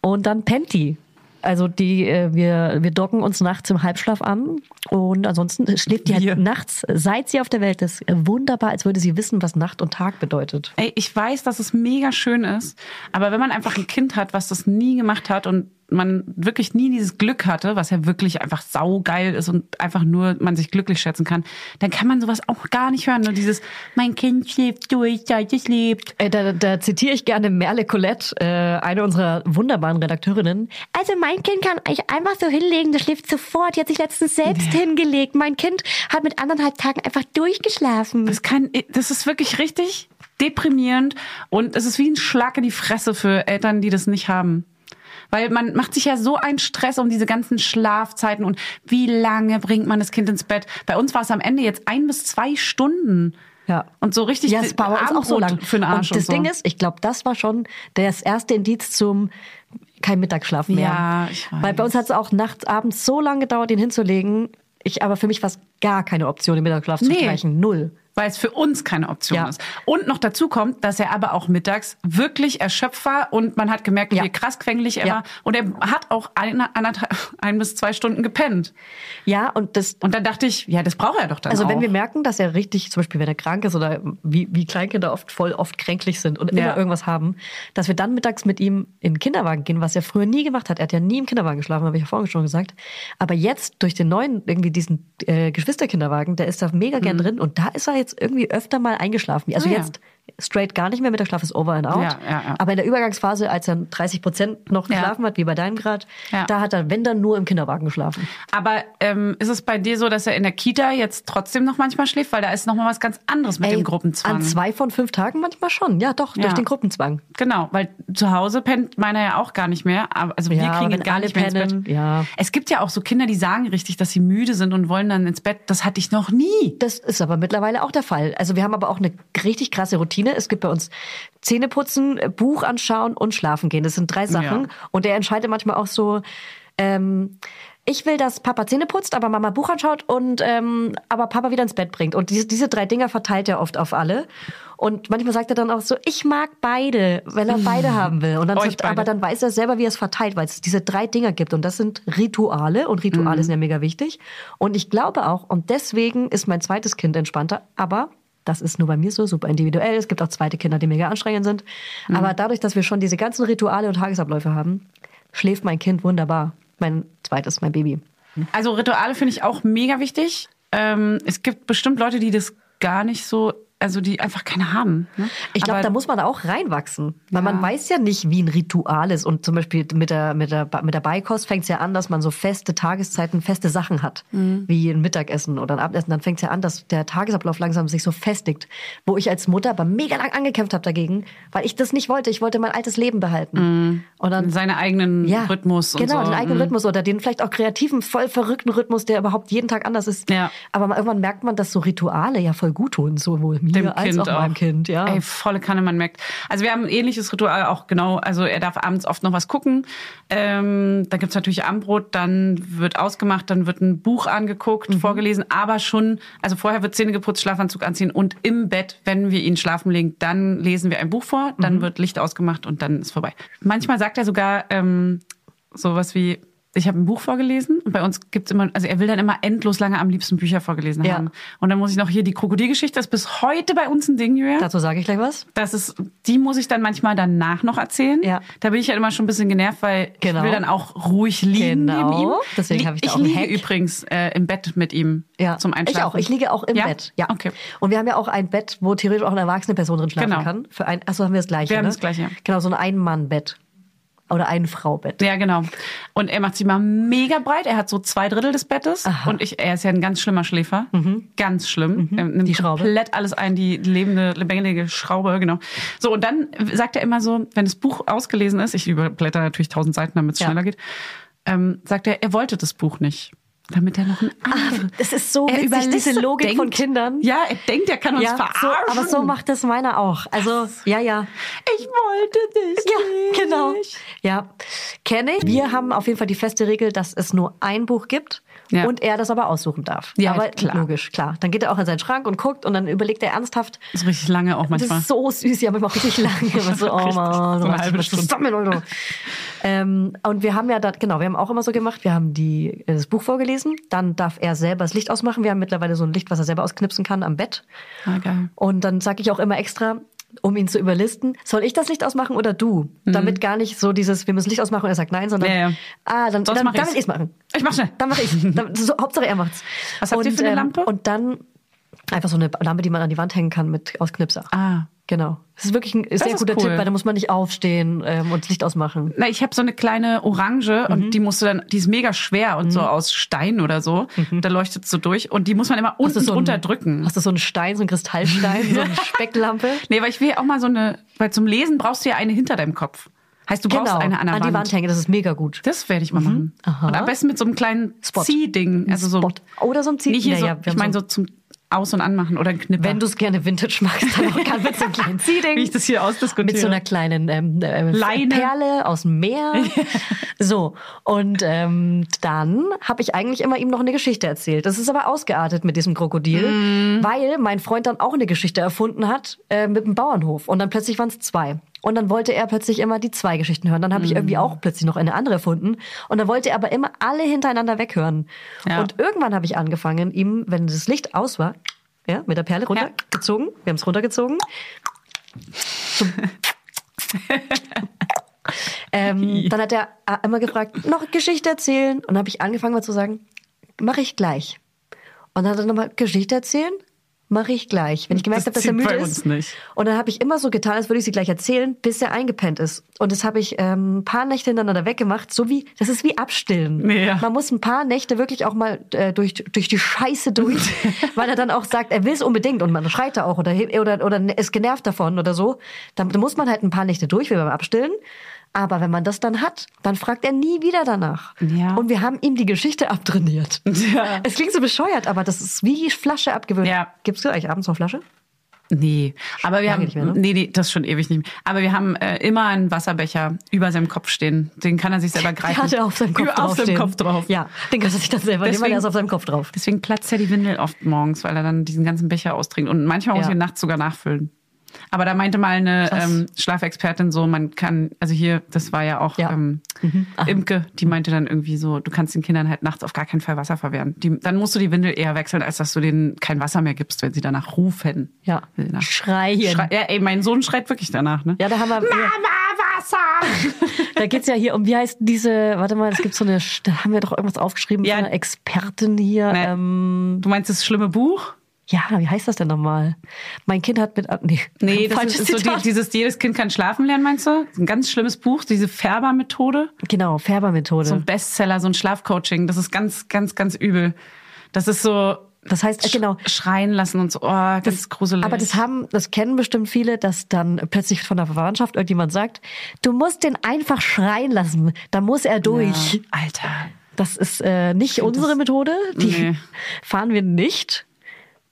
S1: Und dann pennt die. Also die, äh, wir, wir docken uns nachts im Halbschlaf an und ansonsten schläft die
S2: Wir.
S1: halt nachts, seit sie auf der Welt ist. Wunderbar, als würde sie wissen, was Nacht und Tag bedeutet.
S2: Ey, ich weiß, dass es mega schön ist, aber wenn man einfach ein Kind hat, was das nie gemacht hat und man wirklich nie dieses Glück hatte, was ja wirklich einfach saugeil ist und einfach nur man sich glücklich schätzen kann, dann kann man sowas auch gar nicht hören. Nur dieses, mein Kind schläft durch, seit es lebt.
S1: Äh, Da, da zitiere ich gerne Merle Colette, äh, eine unserer wunderbaren Redakteurinnen.
S7: Also mein Kind kann ich einfach so hinlegen, das schläft sofort. Die hat sich letztens selbst hingelegt. Mein Kind hat mit anderthalb Tagen einfach durchgeschlafen.
S2: Das kann, das ist wirklich richtig deprimierend und es ist wie ein Schlag in die Fresse für Eltern, die das nicht haben. Weil man macht sich ja so einen Stress um diese ganzen Schlafzeiten und wie lange bringt man das Kind ins Bett. Bei uns war es am Ende jetzt ein bis zwei Stunden.
S1: Ja.
S2: Und so richtig
S1: ja, es war bei uns auch so
S2: Abendbrot
S1: lang.
S2: für den Arsch
S1: und das
S2: und so.
S1: Ding ist, ich glaube, das war schon das erste Indiz zum kein Mittagsschlaf mehr.
S2: Ja, ich weiß.
S1: Weil bei uns hat es auch nachts, abends so lange gedauert, den hinzulegen. Ich, aber für mich war es gar keine Option, den Mittagsschlaf zu
S2: Nee.
S1: streichen. Null.
S2: weil es für uns keine Option
S1: Ja.
S2: ist. Und noch dazu kommt, dass er aber auch mittags wirklich erschöpft war und man hat gemerkt,
S1: Ja.
S2: wie krass quengelig er
S1: Ja.
S2: war. Und er hat auch ein, anderthalb, ein bis zwei Stunden gepennt.
S1: Ja, und das,
S2: Und dann dachte ich, ja, das braucht er doch dann
S1: Also
S2: auch.
S1: wenn wir merken, dass er richtig, zum Beispiel wenn er krank ist oder wie, wie Kleinkinder oft voll oft kränklich sind und
S2: Ja.
S1: immer irgendwas haben, dass wir dann mittags mit ihm in den Kinderwagen gehen, was er früher nie gemacht hat. Er hat ja nie im Kinderwagen geschlafen, habe ich ja vorhin schon gesagt. Aber jetzt durch den neuen, irgendwie diesen äh, Geschwisterkinderwagen, der ist da mega gern drin und da ist er jetzt irgendwie öfter mal eingeschlafen. Also
S2: Mhm. Ah, ja.
S1: jetzt straight gar nicht mehr, Mittagsschlaf ist over and out.
S2: Ja, ja, ja.
S1: Aber in der Übergangsphase, als er 30 Prozent noch
S2: Ja.
S1: geschlafen hat, wie bei deinem Grad,
S2: Ja.
S1: da hat er, wenn dann, nur im Kinderwagen geschlafen.
S2: aber ähm, ist es bei dir so, dass er in der Kita jetzt trotzdem noch manchmal schläft? Weil da ist noch mal was ganz anderes mit
S1: Ey,
S2: dem Gruppenzwang.
S1: An zwei von fünf Tagen manchmal schon. Ja, doch,
S2: Ja.
S1: durch den Gruppenzwang.
S2: Genau, weil zu Hause pennt meiner ja auch gar nicht mehr. Aber- Also wir
S1: Ja,
S2: kriegen
S1: wenn
S2: ihn gar
S1: alle
S2: nicht mehr
S1: pennen,
S2: ins Bett.
S1: ja.
S2: Es gibt ja auch so Kinder, die sagen richtig, dass sie müde sind und wollen dann ins Bett. Das hatte ich noch nie.
S1: Das ist aber mittlerweile auch der Fall. Also wir haben aber auch eine richtig krasse Routine. Es gibt bei uns Zähneputzen, Buch anschauen und schlafen gehen. Das sind drei Sachen.
S2: Ja.
S1: Und er entscheidet manchmal auch so, ähm, ich will, dass Papa Zähne putzt, aber Mama Buch anschaut und ähm, aber Papa wieder ins Bett bringt. Und diese, diese drei Dinger verteilt er oft auf alle. Und manchmal sagt er dann auch so, ich mag beide, weil er beide haben will. Und dann
S2: Euch
S1: sagt,
S2: beide.
S1: aber dann weiß er selber, wie er es verteilt, weil es diese drei Dinger gibt. Und das sind Rituale. Und
S2: Mhm.
S1: Rituale sind ja mega wichtig. Und ich glaube auch, und deswegen ist mein zweites Kind entspannter, aber Das ist nur bei mir so, super individuell. Es gibt auch zweite Kinder, die mega anstrengend sind.
S2: Mhm.
S1: Aber dadurch, dass wir schon diese ganzen Rituale und Tagesabläufe haben, schläft mein Kind wunderbar. Mein zweites, mein Baby.
S2: Also Rituale finde ich auch mega wichtig. Ähm, es gibt bestimmt Leute, die das gar nicht so, also die einfach keine haben. Ne?
S1: Ich glaube,
S2: Aber
S1: da muss man auch reinwachsen. Weil man weiß ja nicht, wie ein Ritual ist. Und zum Beispiel mit der, mit der, mit der Beikost fängt es ja an, dass man so feste Tageszeiten, feste Sachen hat.
S2: Mhm.
S1: Wie ein Mittagessen oder ein Abendessen. Dann fängt es ja an, dass der Tagesablauf langsam sich so festigt. Wo ich als Mutter aber mega lang angekämpft habe dagegen, weil ich das nicht wollte. Ich wollte mein altes Leben behalten. Und dann
S2: seine eigenen Mhm. Rhythmus und
S1: genau,
S2: so. Mhm.
S1: den eigenen Rhythmus oder den vielleicht auch kreativen, voll verrückten Rhythmus, der überhaupt jeden Tag anders ist.
S2: Ja.
S1: Aber mal- irgendwann merkt man, dass so Rituale ja voll gut tun, sowohl mir
S2: dem
S1: als
S2: Kind
S1: auch, meinem Kind. Ja.
S2: Ey, volle Kanne, man merkt. Also wir haben ein ähnliches Ritual auch genau. Also er darf abends oft noch was gucken. Ähm, da gibt's natürlich Abendbrot, dann wird ausgemacht, dann wird ein Buch angeguckt,
S1: Mhm.
S2: vorgelesen, aber schon, also vorher wird Zähne geputzt, Schlafanzug anziehen und im Bett, wenn wir ihn schlafen legen, dann lesen wir ein Buch vor, dann
S1: Mhm.
S2: wird Licht ausgemacht und dann ist vorbei. Manchmal sagt er sogar ähm, sowas wie, ich habe ein Buch vorgelesen und bei uns gibt's immer, also er will dann immer endlos lange am liebsten Bücher vorgelesen
S1: Ja.
S2: haben. Und dann muss ich noch hier die Krokodilgeschichte, das ist bis heute bei uns ein Ding, Julia.
S1: Dazu sage ich gleich was.
S2: Das ist, die muss ich dann manchmal danach noch erzählen.
S1: Ja.
S2: Da bin ich halt immer schon ein bisschen genervt, weil
S1: Genau.
S2: ich will dann auch ruhig liegen
S1: Genau.
S2: neben ihm.
S1: Deswegen
S2: Lie-
S1: habe ich da
S2: ich
S1: auch einen
S2: liege
S1: Hack.
S2: übrigens äh, im Bett mit ihm
S1: Ja.
S2: zum Einschlafen.
S1: Ich auch. Ich liege auch im
S2: ja?
S1: Bett. Ja.
S2: Okay.
S1: Und wir haben ja auch ein Bett, wo theoretisch auch eine erwachsene Person drin schlafen
S2: Genau.
S1: kann. Für ein, achso, haben wir das gleiche.
S2: Wir
S1: ne?
S2: haben das Gleiche, ja.
S1: Genau, so ein Ein-Mann-Bett. Oder ein Frau-Bett.
S2: Ja, genau. Und er macht sich mal mega breit. Er hat so zwei Drittel des Bettes.
S1: Aha. Mhm.
S2: Und ich, er ist ja ein ganz schlimmer Schläfer. Ganz schlimm. Er nimmt
S1: Die Schraube.
S2: komplett alles ein, die lebende, lebendige Schraube, genau. So, und dann sagt er immer so, wenn das Buch ausgelesen ist, ich überblätter natürlich tausend Seiten, damit es
S1: Ja.
S2: schneller geht, ähm, sagt er, er wollte das Buch nicht. Damit er noch ein anderes.
S1: Das ist so
S2: Er
S1: witzig,
S2: überlässt-
S1: diese Logik von
S2: denkt-
S1: Kindern.
S2: Ja, er denkt, er kann uns
S1: Ja, so,
S2: verarschen.
S1: aber so macht das meiner auch. Also, ja, ja.
S2: ich wollte das nicht.
S1: Ja, genau. Ja, kenne ich. Wir haben auf jeden Fall die feste Regel, dass es nur ein Buch gibt
S2: Ja.
S1: und er das aber aussuchen darf.
S2: Ja,
S1: aber
S2: klar.
S1: logisch, klar. Dann geht er auch in seinen Schrank und guckt und dann überlegt er ernsthaft.
S2: Das ist richtig lange auch
S1: Das
S2: manchmal.
S1: ist so süß, ja, manchmal auch richtig lang. Immer so, oh
S2: Richtig,
S1: Mann,
S2: so
S1: reiß
S2: eine
S1: dich
S2: halbe
S1: mal
S2: Stunde.
S1: zusammen, Alter. ähm, und wir haben ja da, genau, wir haben auch immer so gemacht, wir haben die, äh, das Buch vorgelesen, dann darf er selber das Licht ausmachen. Wir haben mittlerweile so ein Licht, was er selber ausknipsen kann am Bett.
S2: Ah, geil.
S1: Und dann sage ich auch immer extra, um ihn zu überlisten, soll ich das Licht ausmachen oder du? Damit gar nicht so dieses, wir müssen Licht ausmachen und er sagt nein, sondern
S2: Mhm. Ja, ja.
S1: ah, dann,
S2: Sonst
S1: dann,
S2: mach
S1: dann
S2: ich's.
S1: will ich's machen.
S2: Ich mach schnell.
S1: Dann mach ich's. Dann, so, Hauptsache er macht's.
S2: Was habt ihr für eine
S1: ähm,
S2: Lampe?
S1: Und dann einfach so eine Lampe, die man an die Wand hängen kann mit aus Knipser.
S2: Ah.
S1: Genau. Das ist wirklich ein sehr
S2: ist
S1: guter
S2: cool.
S1: Tipp, weil da muss man nicht aufstehen ähm, und das Licht ausmachen.
S2: Na, ich habe so eine kleine Orange
S1: Mhm.
S2: und die musst du dann, die ist mega schwer und so aus Stein oder so. Da leuchtet so durch und die muss man immer unten
S1: Mhm. so
S2: drunter
S1: ein,
S2: drücken.
S1: Hast du so einen Stein, so einen Kristallstein, so eine Specklampe?
S2: Nee, weil ich will auch mal so eine, weil zum Lesen brauchst du ja eine hinter deinem Kopf. Heißt, du brauchst eine an der
S1: Genau, an die Wand hängen, das ist mega gut.
S2: Das werde ich mal machen.
S1: Aha.
S2: Und am besten mit so einem kleinen
S1: Spot.
S2: Ziehding. Also so,
S1: Spot. Oh, Oder so einem Zieh-
S2: Nicht hier
S1: Ja,
S2: so,
S1: ja, wir
S2: ich
S1: haben
S2: meine
S1: so-
S2: so zum Aus- und Anmachen oder ein Knipper.
S1: Wenn du es gerne Vintage magst, dann auch kann mit so einem kleinen Ziehding.
S2: Wie ich das hier ausdiskutiere.
S1: Mit so einer kleinen ähm, äh,
S2: Leine.
S1: Perle aus dem Meer. so, und ähm, dann habe ich eigentlich immer ihm noch eine Geschichte erzählt. Das ist aber ausgeartet mit diesem Krokodil,
S2: Mhm.
S1: weil mein Freund dann auch eine Geschichte erfunden hat äh, mit dem Bauernhof. Und dann plötzlich waren es zwei. Und dann wollte er plötzlich immer die zwei Geschichten hören. Dann habe ich
S2: Mhm.
S1: irgendwie auch plötzlich noch eine andere erfunden. Und dann wollte er aber immer alle hintereinander weghören.
S2: Ja.
S1: Und irgendwann habe ich angefangen, ihm, wenn das Licht aus war, ja, mit der Perle runtergezogen, wir haben es runtergezogen, Ähm, dann hat er äh, immer gefragt, noch Geschichte erzählen. Und dann habe ich angefangen mal zu sagen, mache ich gleich. Und dann hat er nochmal Geschichte erzählen, mache ich gleich. Wenn ich gemerkt habe,
S2: Das
S1: dass er
S2: zieht
S1: müde
S2: bei
S1: ist.
S2: uns nicht.
S1: Und dann habe ich immer so getan, als würde ich sie gleich erzählen, bis er eingepennt ist. Und das habe ich ähm, ein paar Nächte hintereinander weggemacht. So wie, das ist wie Abstillen.
S2: Ja.
S1: Man muss ein paar Nächte wirklich auch mal äh, durch, durch die Scheiße durch, weil er dann auch sagt, er will es unbedingt und man schreit da auch oder, oder, oder ist genervt davon oder so. Dann muss man halt ein paar Nächte durch, wie beim Abstillen. Aber wenn man das dann hat, dann fragt er nie wieder danach.
S2: Ja.
S1: Und wir haben ihm die Geschichte abtrainiert. Ja. Es klingt so bescheuert, aber das ist wie Flasche abgewöhnt.
S2: Ja.
S1: Gibst du eigentlich abends noch Flasche?
S2: Nee, aber wir
S1: Lange
S2: haben
S1: nicht mehr, ne?
S2: nee, nee, das schon ewig nicht mehr. Aber wir haben äh, immer einen Wasserbecher über seinem Kopf stehen. Den kann er sich selber
S1: Die
S2: greifen.
S1: hat er auf seinem Kopf
S2: Über-
S1: drauf.
S2: auf seinem
S1: stehen.
S2: Kopf drauf.
S1: Ja, den kann er sich dann selber nehmen, weil
S2: Deswegen-
S1: er ist auf seinem Kopf drauf.
S2: Deswegen platzt ja die Windel oft morgens, weil er dann diesen ganzen Becher austrinkt und manchmal muss
S1: Ja.
S2: ich ihn nachts sogar nachfüllen. Aber da meinte mal eine
S1: Krass.
S2: ähm, Schlafexpertin so, man kann, also hier, das war ja auch
S1: Ja. Mhm.
S2: Ähm, Imke, die meinte dann irgendwie so, du kannst den Kindern halt nachts auf gar keinen Fall Wasser verwehren. Die, dann musst du die Windel eher wechseln, als dass du denen kein Wasser mehr gibst, wenn sie danach rufen.
S1: Ja.
S2: Wenn sie nach-
S1: Schreien.
S2: Schrei- ja, ey, mein Sohn schreit wirklich danach, ne?
S1: Ja, da haben wir.
S2: Mama, Wasser!
S1: Da geht's ja hier um, wie heißt diese, warte mal, es gibt so eine, Sch- da haben wir doch irgendwas aufgeschrieben,
S2: Ja.
S1: ja. eine Expertin hier.
S2: Nee.
S1: Ähm,
S2: Du meinst das schlimme Buch?
S1: ja, wie heißt das denn nochmal? Mein Kind hat mit. äh, Nee,
S2: Nee, das
S1: falsches
S2: ist, ist so die,
S1: Zitat.
S2: dieses jedes Kind kann schlafen lernen, meinst du? Ein ganz schlimmes Buch, diese Färbermethode.
S1: genau, Färbermethode.
S2: So ein Bestseller, so ein Schlafcoaching. Das ist ganz, ganz, ganz übel. Das ist so
S1: das heißt, äh, genau.
S2: sch- schreien lassen und so. Oh, ganz gruselig.
S1: Aber das haben, das kennen bestimmt viele, dass dann plötzlich von der Verwandtschaft irgendjemand sagt, du musst den einfach schreien lassen, da muss er durch.
S2: Alter.
S1: Das ist äh, nicht unsere Methode, die
S2: Nee.
S1: fahren wir nicht.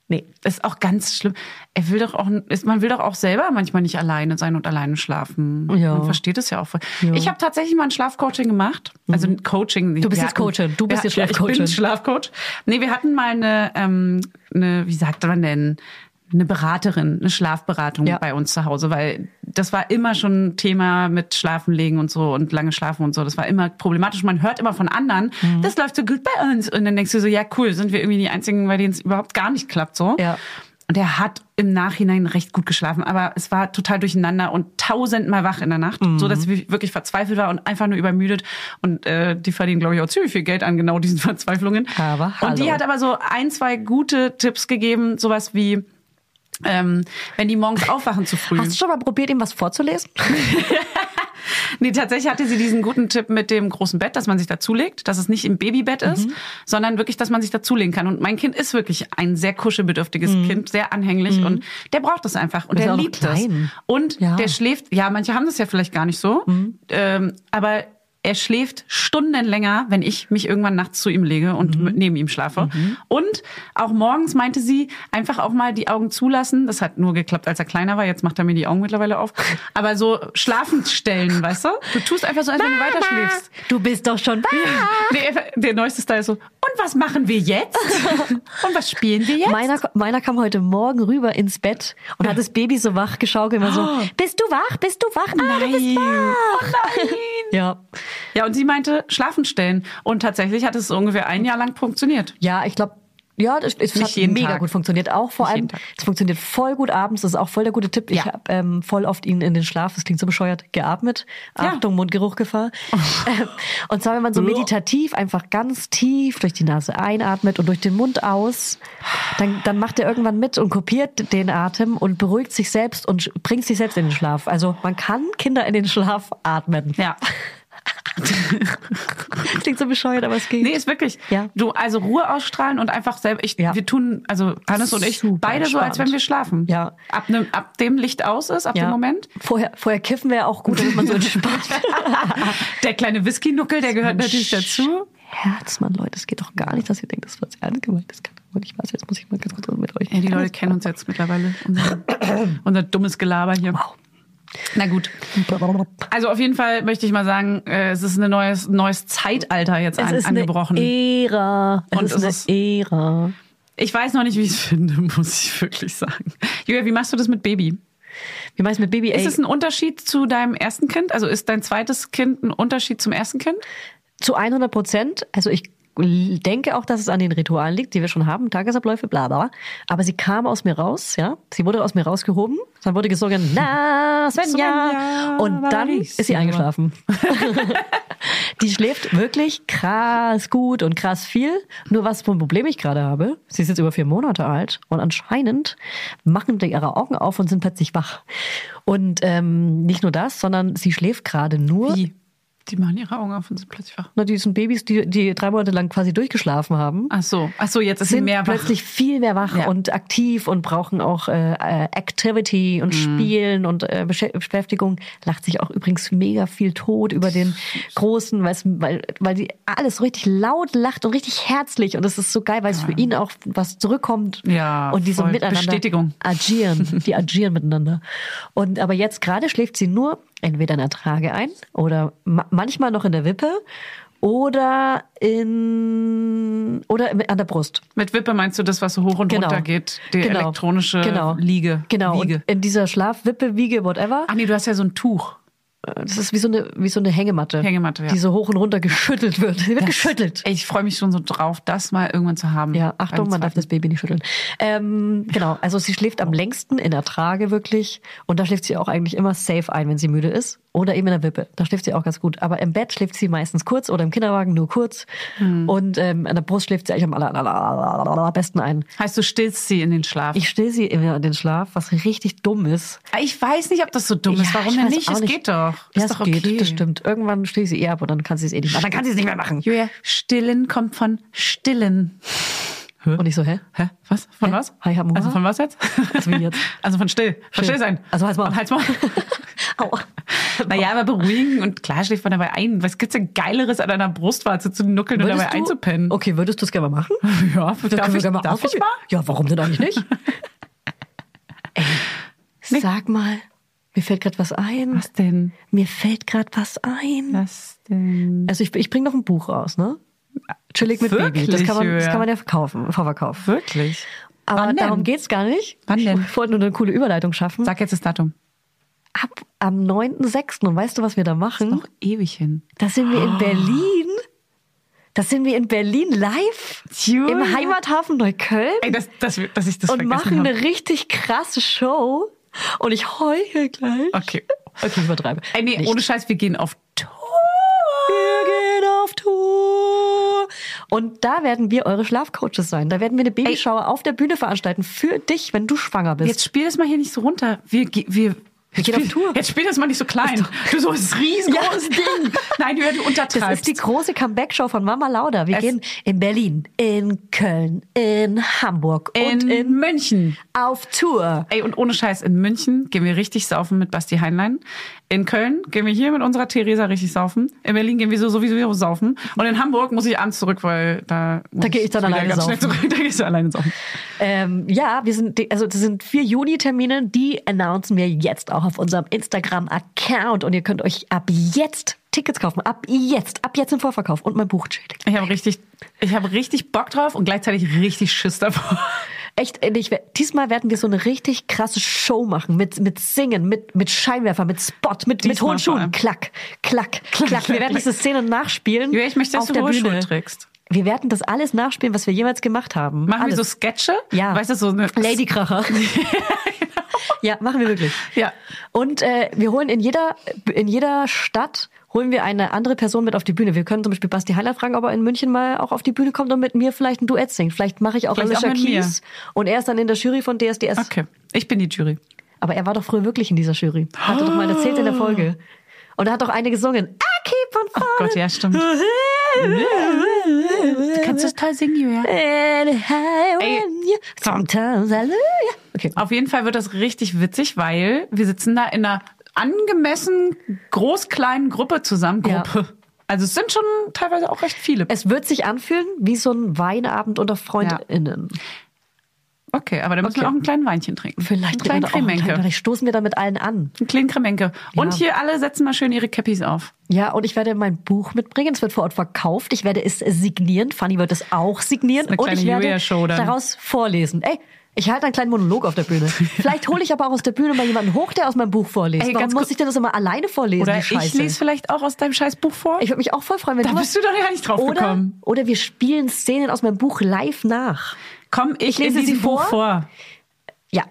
S1: Nee.
S2: Das ist auch ganz schlimm. Er will doch auch, ist, man will doch auch selber manchmal nicht alleine sein und alleine schlafen.
S1: Ja.
S2: Man versteht es ja auch voll. Ich habe tatsächlich mal ein Schlafcoaching gemacht. Also ein Coaching.
S1: Mhm. Du bist
S2: Wir
S1: jetzt Coachin. Du bist
S2: wir-
S1: jetzt
S2: ja, Ich bin
S1: Schlafcoachin.
S2: Schlafcoach. Nee, wir hatten mal eine, ähm, eine wie sagt man denn, eine Beraterin, eine Schlafberatung
S1: Ja.
S2: bei uns zu Hause, weil das war immer schon ein Thema mit Schlafen legen und so und lange schlafen und so. Das war immer problematisch. Man hört immer von anderen,
S1: Mhm.
S2: das läuft so gut bei uns. Und dann denkst du so, ja cool, sind wir irgendwie die Einzigen, bei denen es überhaupt gar nicht klappt so.
S1: Ja.
S2: Und er hat im Nachhinein recht gut geschlafen, aber es war total durcheinander und tausendmal wach in der Nacht, so dass ich
S1: Mhm.
S2: wirklich verzweifelt war und einfach nur übermüdet. Und äh, die verdienen, glaube ich, auch ziemlich viel Geld an genau diesen Verzweiflungen.
S1: Aber
S2: und die
S1: hallo.
S2: hat aber so ein, zwei gute Tipps gegeben, sowas wie ähm, wenn die morgens aufwachen zu früh.
S1: Hast du schon mal probiert, ihm was vorzulesen?
S2: Nee, tatsächlich hatte sie diesen guten Tipp mit dem großen Bett, dass man sich dazulegt, dass es nicht im Babybett ist, sondern wirklich, dass man sich dazulegen kann. Und mein Kind ist wirklich ein sehr kuschelbedürftiges Kind, sehr anhänglich und der braucht das einfach Mhm. und
S1: Ist ja
S2: der
S1: auch noch
S2: liebt das.
S1: klein.
S2: Und
S1: Ja.
S2: der schläft, ja, manche haben das ja vielleicht gar nicht so, ähm, aber er schläft Stunden länger, wenn ich mich irgendwann nachts zu ihm lege und mit- neben ihm schlafe. Und auch morgens meinte sie, einfach auch mal die Augen zulassen. Das hat nur geklappt, als er kleiner war. Jetzt macht er mir die Augen mittlerweile auf. Aber so schlafend stellen, weißt du? Du tust einfach so, als wenn du weiter schläfst.
S1: Du bist doch schon
S2: Der, der neueste Style ist so, und was machen wir jetzt? und was spielen wir jetzt?
S1: Meiner, meiner kam heute Morgen rüber ins Bett und hat das Baby so wach geschaukelt, immer so,
S7: Bist du wach? Bist du wach? Ah, du bist
S1: Oh ja.
S2: Ja, und sie meinte, schlafend stellen. Und tatsächlich hat es so ungefähr ein Jahr lang funktioniert.
S1: Ja, ich glaube, ja, das, es
S2: Nicht
S1: hat
S2: jeden
S1: mega
S2: Tag.
S1: gut funktioniert. Auch vor
S2: Nicht
S1: allem,
S2: jeden Tag.
S1: es funktioniert voll gut abends. Das ist auch voll der gute Tipp. Ich
S2: Ja.
S1: habe ähm, voll oft ihn in den Schlaf, das klingt so bescheuert, geatmet.
S2: Ja.
S1: Achtung, Mundgeruchgefahr. Ähm, und zwar, wenn man so meditativ einfach ganz tief durch die Nase einatmet und durch den Mund aus, dann, dann macht er irgendwann mit und kopiert den Atem und beruhigt sich selbst und sch- bringt sich selbst in den Schlaf. Also man kann Kinder in den Schlaf atmen.
S2: Ja.
S1: Klingt so bescheuert, aber es geht.
S2: Nee, ist wirklich.
S1: Ja.
S2: Du, also Ruhe ausstrahlen und einfach selber. Ich,
S1: Ja.
S2: Wir tun, also Hannes und ich,
S1: Super
S2: beide so, als
S1: entspannt.
S2: wenn wir schlafen.
S1: Ja.
S2: Ab, ne, ab dem Licht aus ist, ab dem Moment.
S1: Vorher, vorher kiffen wäre auch gut, damit man so entspannt.
S2: Der kleine Whisky-Nuckel, der gehört natürlich dazu.
S1: Herzmann, Leute, es geht doch gar nicht, dass ihr denkt, das ist was ernst gemeint. Das kann doch wohl nicht was. Jetzt muss ich mal ganz kurz mit euch.
S2: Ja, die Leute kennen uns jetzt mittlerweile. Unser, unser dummes Gelaber hier.
S1: Wow.
S2: Na gut. Also auf jeden Fall möchte ich mal sagen, äh, es ist ein neues, neues Zeitalter jetzt
S1: Es
S2: an,
S1: ist
S2: angebrochen.
S1: eine E- Ära. Es
S2: Und
S1: ist
S2: es
S1: eine
S2: ist-
S1: Ära.
S2: ich weiß noch nicht, wie ich es finde, muss ich wirklich sagen. Julia, wie machst du das mit Baby?
S1: Wie meinst du mit Baby?
S2: Ist
S1: Ey,
S2: es ein Unterschied zu deinem ersten Kind? Also ist dein zweites Kind ein Unterschied zum ersten Kind?
S1: zu 100 Prozent. Also ich denke auch, dass es an den Ritualen liegt, die wir schon haben, Tagesabläufe, bla bla. bla. Aber sie kam aus mir raus, ja. Sie wurde aus mir rausgehoben. Dann wurde gesungen, na, Svenja.
S2: Svenja,
S1: Und dann
S2: Maris.
S1: ist sie eingeschlafen. die schläft wirklich krass gut und krass viel. Nur was für ein Problem ich gerade habe, sie ist jetzt über vier Monate alt und anscheinend machen die ihre Augen auf und sind plötzlich wach. Und ähm, nicht nur das, sondern sie schläft gerade nur
S2: Die machen ihre Augen auf und sind plötzlich wach.
S1: na, die sind Babys, die, die drei Monate lang quasi durchgeschlafen haben,
S2: Ach so, ach so, jetzt ist sie
S1: sind
S2: mehr wach.
S1: plötzlich viel mehr wach
S2: Ja.
S1: und aktiv und brauchen auch äh, äh, Activity
S2: Mhm.
S1: und Spielen und äh, Besch- Beschäftigung. Lacht sich auch übrigens mega viel tot über den Großen, weil's- weil, weil die alles so richtig laut lacht und richtig herzlich. Und das ist so geil, weil es für ihn auch was zurückkommt.
S2: Ja,
S1: und die so
S2: voll.
S1: miteinander
S2: Bestätigung.
S1: agieren. Die agieren miteinander. Und aber jetzt gerade schläft sie nur entweder in der Trage ein oder ma manchmal noch in der Wippe oder in oder im- an der Brust.
S2: Mit Wippe meinst du das, was so hoch und
S1: Genau.
S2: runter geht? Die
S1: Genau.
S2: elektronische
S1: Genau.
S2: Liege.
S1: Genau.
S2: Wiege.
S1: Und in dieser Schlafwippe, Wiege, whatever.
S2: Ach nee, du hast ja so ein Tuch.
S1: Das ist wie so eine, wie so eine Hängematte.
S2: Hängematte, ja.
S1: Die so hoch und runter geschüttelt wird. Die wird geschüttelt.
S2: Ich freue mich schon so drauf, das mal irgendwann zu haben.
S1: Ja, Achtung,
S2: Beim
S1: man darf das
S2: zweiten-
S1: Baby nicht schütteln. Ähm, genau, also sie schläft am längsten in der Trage wirklich. Und da schläft sie auch eigentlich immer safe ein, wenn sie müde ist. Oder eben in der Wippe. Da schläft sie auch ganz gut. Aber im Bett schläft sie meistens kurz oder im Kinderwagen nur kurz.
S2: Hm.
S1: Und ähm, an der Brust schläft sie eigentlich am aller, aller, aller, aller, allerbesten ein.
S2: Heißt, du stillst sie in den Schlaf. Ah,
S1: Ich still sie immer in den Schlaf, was richtig dumm ist.
S2: Ich weiß nicht, ob das so dumm ist.
S1: Ja,
S2: Warum
S1: ich
S2: denn
S1: weiß
S2: nicht?
S1: auch
S2: Es geht doch.
S1: Ja,
S2: ist
S1: es
S2: doch
S1: geht,
S2: okay.
S1: das stimmt. Irgendwann stehe ich sie eh ab und dann kann sie es eh nicht machen. Dann kann sie es nicht mehr machen.
S2: Julia, stillen kommt von stillen.
S1: Und ich so, hä?
S2: Hä? Was? Von
S1: Hä? Ah,
S2: was?
S1: Hi, Hamura?
S2: also von was jetzt?
S1: Also wie jetzt?
S2: Also von still.
S1: Still.
S2: Von still sein.
S1: Also halt's Maul.
S2: Und halt's mal.
S1: Au.
S2: Naja, aber beruhigen und klar schläft man dabei ein. Was gibt's denn Geileres an deiner Brustwarze zu nuckeln und dabei
S1: Würdest du-
S2: einzupennen?
S1: Okay, würdest du es gerne mal machen?
S2: Ja, darf
S1: können wir
S2: ich,
S1: gerne mal
S2: darf ich
S1: ausprobieren.
S2: mal?
S1: Ja, warum denn eigentlich nicht? Ey, sag mal, mir fällt gerade was ein.
S2: Was denn?
S1: Mir fällt gerade was ein.
S2: Was denn?
S1: Also ich, ich bringe noch ein Buch raus, ne? Chillig mit
S2: Wirklich,
S1: Baby. Das kann, man, das
S2: Julia?
S1: kann man ja verkaufen, Vorverkauf.
S2: Wirklich?
S1: Aber
S2: Wann denn?
S1: darum geht's gar nicht.
S2: Wann denn?
S1: Ich wollte nur eine coole Überleitung schaffen.
S2: Sag jetzt das Datum.
S1: Ab am 9.6. Und weißt du, was wir da machen?
S2: Noch ewig hin.
S1: Da sind wir
S7: Oh.
S1: in Berlin. Da sind wir in Berlin live.
S2: Julia.
S7: Oh
S1: Im Heimathafen Neukölln.
S2: Ey, dass, dass, wir- dass ich das
S1: und
S2: vergessen
S1: machen
S2: hab.
S1: eine richtig krasse Show. Und ich heule gleich.
S2: Okay.
S1: Okay, ich übertreibe.
S2: Ey, nee,
S1: Nicht.
S2: ohne Scheiß, wir gehen auf Tour.
S1: Wir gehen auf Tour. Und da werden wir eure Schlafcoaches sein. Da werden wir eine Babyschauer auf der Bühne veranstalten für dich, wenn du schwanger bist.
S2: Jetzt spiel das mal hier nicht so runter. Wir, ge- wir, jetzt
S1: gehen auf
S2: spiel-
S1: Tour.
S2: Jetzt spiel das mal nicht so klein. Du so das riesengroßes
S1: Ja.
S2: Ding. Nein, du, du untertreibst.
S1: das ist die große Comeback-Show von Mama Lauda. Wir
S2: Es-
S1: gehen in Berlin, in Köln, in Hamburg
S2: in,
S1: und in
S2: München.
S1: auf Tour.
S2: Ey, und ohne Scheiß, in München gehen wir richtig saufen mit Basti Heinlein. In Köln gehen wir hier mit unserer Theresa richtig saufen. In Berlin gehen wir so sowieso saufen. Und in Hamburg muss ich abends zurück, weil da, muss
S1: Da geh ich dann
S2: wieder
S1: alleine
S2: ganz
S1: saufen.
S2: schnell Zurück. Da gehst du alleine saufen.
S1: Ähm, ja, wir sind, also das sind vier Juni-Termine, die announcen wir jetzt auch auf unserem Instagram-Account und ihr könnt euch ab jetzt Tickets kaufen, ab jetzt, ab jetzt im Vorverkauf und mein Buch chillig.
S2: Ich habe richtig, ich habe richtig Bock drauf und gleichzeitig richtig Schiss davor.
S1: Echt, ich, wer- diesmal werden wir so eine richtig krasse Show machen mit, mit Singen, mit, mit Scheinwerfer, mit Spot, mit, mit
S2: Diesmal
S1: hohen
S2: vor
S1: Schuhen.
S2: allem.
S1: Klack, klack, klack. Wir werden
S2: klack.
S1: diese Szene nachspielen.
S2: Julia, ich möchte, dass
S1: auf
S2: du
S1: der
S2: hohe
S1: Bühne.
S2: Schuhe trägst.
S1: Wir werden das alles nachspielen, was wir jemals gemacht haben.
S2: Machen
S1: alles.
S2: wir so Sketche?
S1: Ja.
S2: Weißt du, so eine
S1: Ladykracher. ja, machen wir wirklich.
S2: Ja.
S1: Und äh, wir holen in jeder, in jeder Stadt holen wir eine andere Person mit auf die Bühne. Wir können zum Beispiel Basti Heiler fragen, ob er in München mal auch auf die Bühne kommt und mit mir vielleicht ein Duett singt. Vielleicht mache ich auch
S2: Vielleicht
S1: Alicia
S2: auch mit mir.
S1: Keys und er ist dann in der Jury von DSDS.
S2: Okay, ich bin die Jury.
S1: Aber er war doch früher wirklich in dieser Jury. Hat er doch mal erzählt in der Folge. Und da hat doch eine gesungen. I keep on falling.
S2: Oh Gott, ja, stimmt. Du kannst das toll singen, Julia. Ey. Oh.
S1: Sometimes I lose you. Okay.
S2: Auf jeden Fall wird das richtig witzig, weil wir sitzen da in einer angemessen groß-kleinen Gruppe zusammen.
S1: Ja.
S2: Gruppe. Also es sind schon teilweise auch recht viele.
S1: Es wird sich anfühlen wie so ein Weinabend unter FreundInnen.
S2: Okay, aber da müssen wir
S1: Okay.
S2: auch ein kleinen Weinchen trinken.
S1: Vielleicht
S2: einen
S1: trinken
S2: kleinen
S1: wir da auch einen
S2: Cremenke.
S1: kleinen- Vielleicht stoßen wir da mit allen an.
S2: Einen kleinen Cremenke. Und
S1: Ja.
S2: hier alle setzen mal schön ihre Cappies auf.
S1: Ja, und ich werde mein Buch mitbringen. Es wird vor Ort verkauft. Ich werde es signieren. Fanny wird es auch signieren.
S2: Das ist eine
S1: und ich
S2: kleine
S1: werde
S2: Julia-Show dann.
S1: daraus vorlesen. Ey, ich halte einen kleinen Monolog auf der Bühne. Vielleicht hole ich aber auch aus der Bühne mal jemanden hoch, der aus meinem Buch vorliest.
S2: Ey,
S1: Warum
S2: ganz
S1: muss
S2: kurz-
S1: ich denn das immer alleine vorlesen?
S2: Oder
S1: die
S2: ich
S1: Scheiße?
S2: lese vielleicht auch aus deinem scheiß Buch vor.
S1: Ich würde mich auch voll freuen, wenn
S2: da
S1: du
S2: bist du doch gar nicht drauf
S1: oder,
S2: gekommen.
S1: oder wir spielen Szenen aus meinem Buch live nach.
S2: Komm, ich,
S1: Ich lese
S2: in diesem
S1: sie
S2: Buch
S1: vor.
S2: vor.
S1: Ja.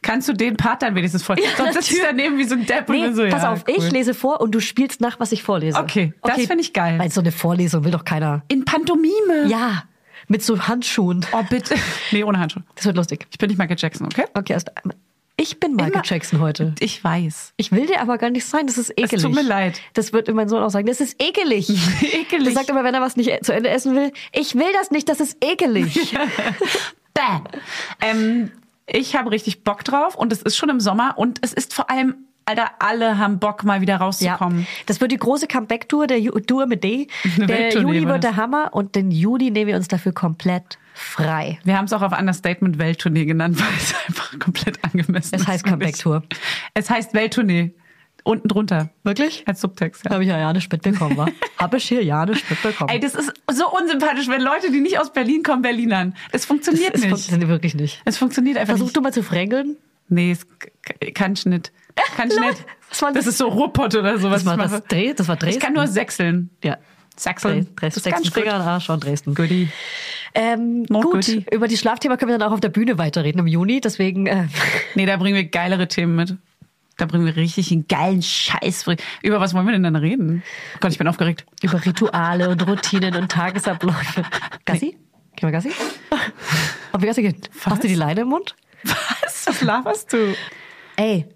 S2: Kannst du den Part dann wenigstens voll? Sonst sitzt
S1: natürlich.
S2: du daneben wie so ein Depp
S1: Nee,
S2: und so.
S1: pass
S2: ja,
S1: auf,
S2: cool.
S1: ich lese vor und du spielst nach, was ich vorlese.
S2: Okay, das finde ich geil.
S1: Weil so eine Vorlesung will doch keiner.
S2: In Pantomime.
S1: Ja, mit so Handschuhen.
S2: Oh, bitte. Nee, ohne Handschuhe.
S1: Das wird lustig.
S2: Ich bin nicht Michael Jackson, okay?
S1: Okay, erst einmal. Ich bin Michael
S2: Immer-
S1: Jackson heute.
S2: Ich weiß.
S1: Ich will dir aber gar nicht sein, das ist ekelig.
S2: tut mir leid.
S1: Das wird mein Sohn auch sagen, das ist ekelig.
S2: Ekelig.
S1: Der sagt immer, wenn er was nicht e- zu Ende essen will, ich will das nicht, das ist ekelig.
S2: Bam. Ähm, ich habe richtig Bock drauf und es ist schon im Sommer und es ist vor allem, Alter, alle haben Bock, mal wieder rauszukommen.
S1: Das wird die große Comeback-Tour, der Ju- Tour mit D.
S2: Eine
S1: Der
S2: Welttournee
S1: Juli
S2: war
S1: wird
S2: das.
S1: der Hammer und den Juli nehmen wir uns dafür komplett frei.
S2: Wir haben es auch auf Understatement Welttournee genannt, weil es einfach komplett angemessen ist.
S1: Es heißt Comeback Tour.
S2: Es heißt Welttournee. Unten drunter.
S1: Wirklich?
S2: Als Subtext, ja.
S1: Habe ich ja ja nicht mitbekommen, wa? Habe ich hier ja nicht
S2: Ey,
S1: mitbekommen.
S2: das ist so unsympathisch, wenn Leute, die nicht aus Berlin kommen, Berlinern. Es funktioniert
S1: es
S2: nicht.
S1: funktioniert wirklich nicht.
S2: es funktioniert einfach
S1: Versuch
S2: nicht.
S1: du mal zu frängeln.
S2: Nee, es k- kann ich nicht. Kann ich nicht.
S1: was war
S2: das
S1: das?
S2: ist so Ruhrpott oder sowas.
S1: Das war,
S2: ich
S1: das,
S2: mache.
S1: Dres das war Dresden.
S2: ich kann nur Sächseln.
S1: ja.
S2: Sächseln.
S1: Dresden, Dresden,
S2: Das ist ganz
S1: Finger
S2: gut.
S1: in den Arsch von Dresden.
S2: Goodie.
S1: Ähm,
S2: Not
S1: gut,
S2: goodie.
S1: über die Schlafthema können wir dann auch auf der Bühne weiterreden im Juni. Deswegen, äh,
S2: Nee, da bringen wir geilere Themen mit. Da bringen wir richtig einen geilen Scheiß. Über was wollen wir denn dann reden? Gott, ich bin aufgeregt.
S1: über Rituale und Routinen und Tagesabläufe. Gassi? Gehen wir Gassi? Ob wir Gassi gehen? Hast du die Leine im Mund?
S2: Was? Was laberst du?
S1: Ey,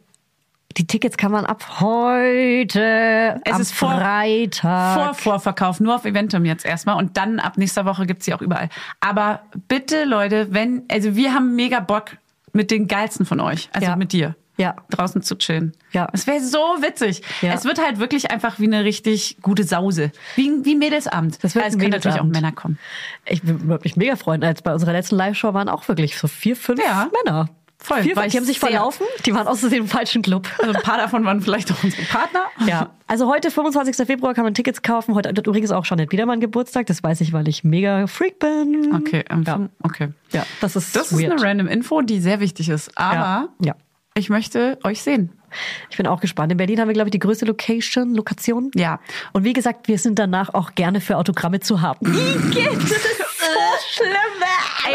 S1: die Tickets kann man ab heute,
S2: Es
S1: am
S2: ist vor-
S1: Freitag.
S2: Vor Vorverkauf, nur auf Eventum jetzt erstmal und dann ab nächster Woche gibt's sie auch überall. Aber bitte, Leute, wenn, also wir haben mega Bock mit den geilsten von euch, also
S1: Ja.
S2: mit dir.
S1: Ja.
S2: Draußen zu chillen.
S1: Ja.
S2: Es wäre so witzig.
S1: Ja.
S2: Es wird halt wirklich einfach wie eine richtig gute Sause. Wie, wie Mädelsabend.
S1: Das wird
S2: Also
S1: ein
S2: es können natürlich auch
S1: Mädelsabend.
S2: Männer kommen.
S1: Ich würde mich mega freuen, als bei unserer letzten Live-Show waren auch wirklich so vier, fünf
S2: Ja.
S1: Männer.
S2: Voll,
S1: Vier,
S2: war
S1: fünf,
S2: ich
S1: die haben sich
S2: sehr-
S1: verlaufen, die waren aus dem falschen Club.
S2: Also ein paar davon waren vielleicht auch unsere Partner.
S1: Ja, also heute, 25. Februar, kann man Tickets kaufen. Heute hat übrigens auch Jeanette Biedermann Geburtstag. Das weiß ich, weil ich mega Freak bin.
S2: Okay, ähm,
S1: Ja.
S2: okay.
S1: Ja, das ist
S2: Das ist
S1: weird.
S2: eine random Info, die sehr wichtig ist. Aber
S1: Ja. Ja.
S2: ich möchte euch sehen.
S1: Ich bin auch gespannt. In Berlin haben wir, glaube ich, die größte Location, Lokation.
S2: Ja.
S1: Und wie gesagt, wir sind danach auch gerne für Autogramme zu haben. ne?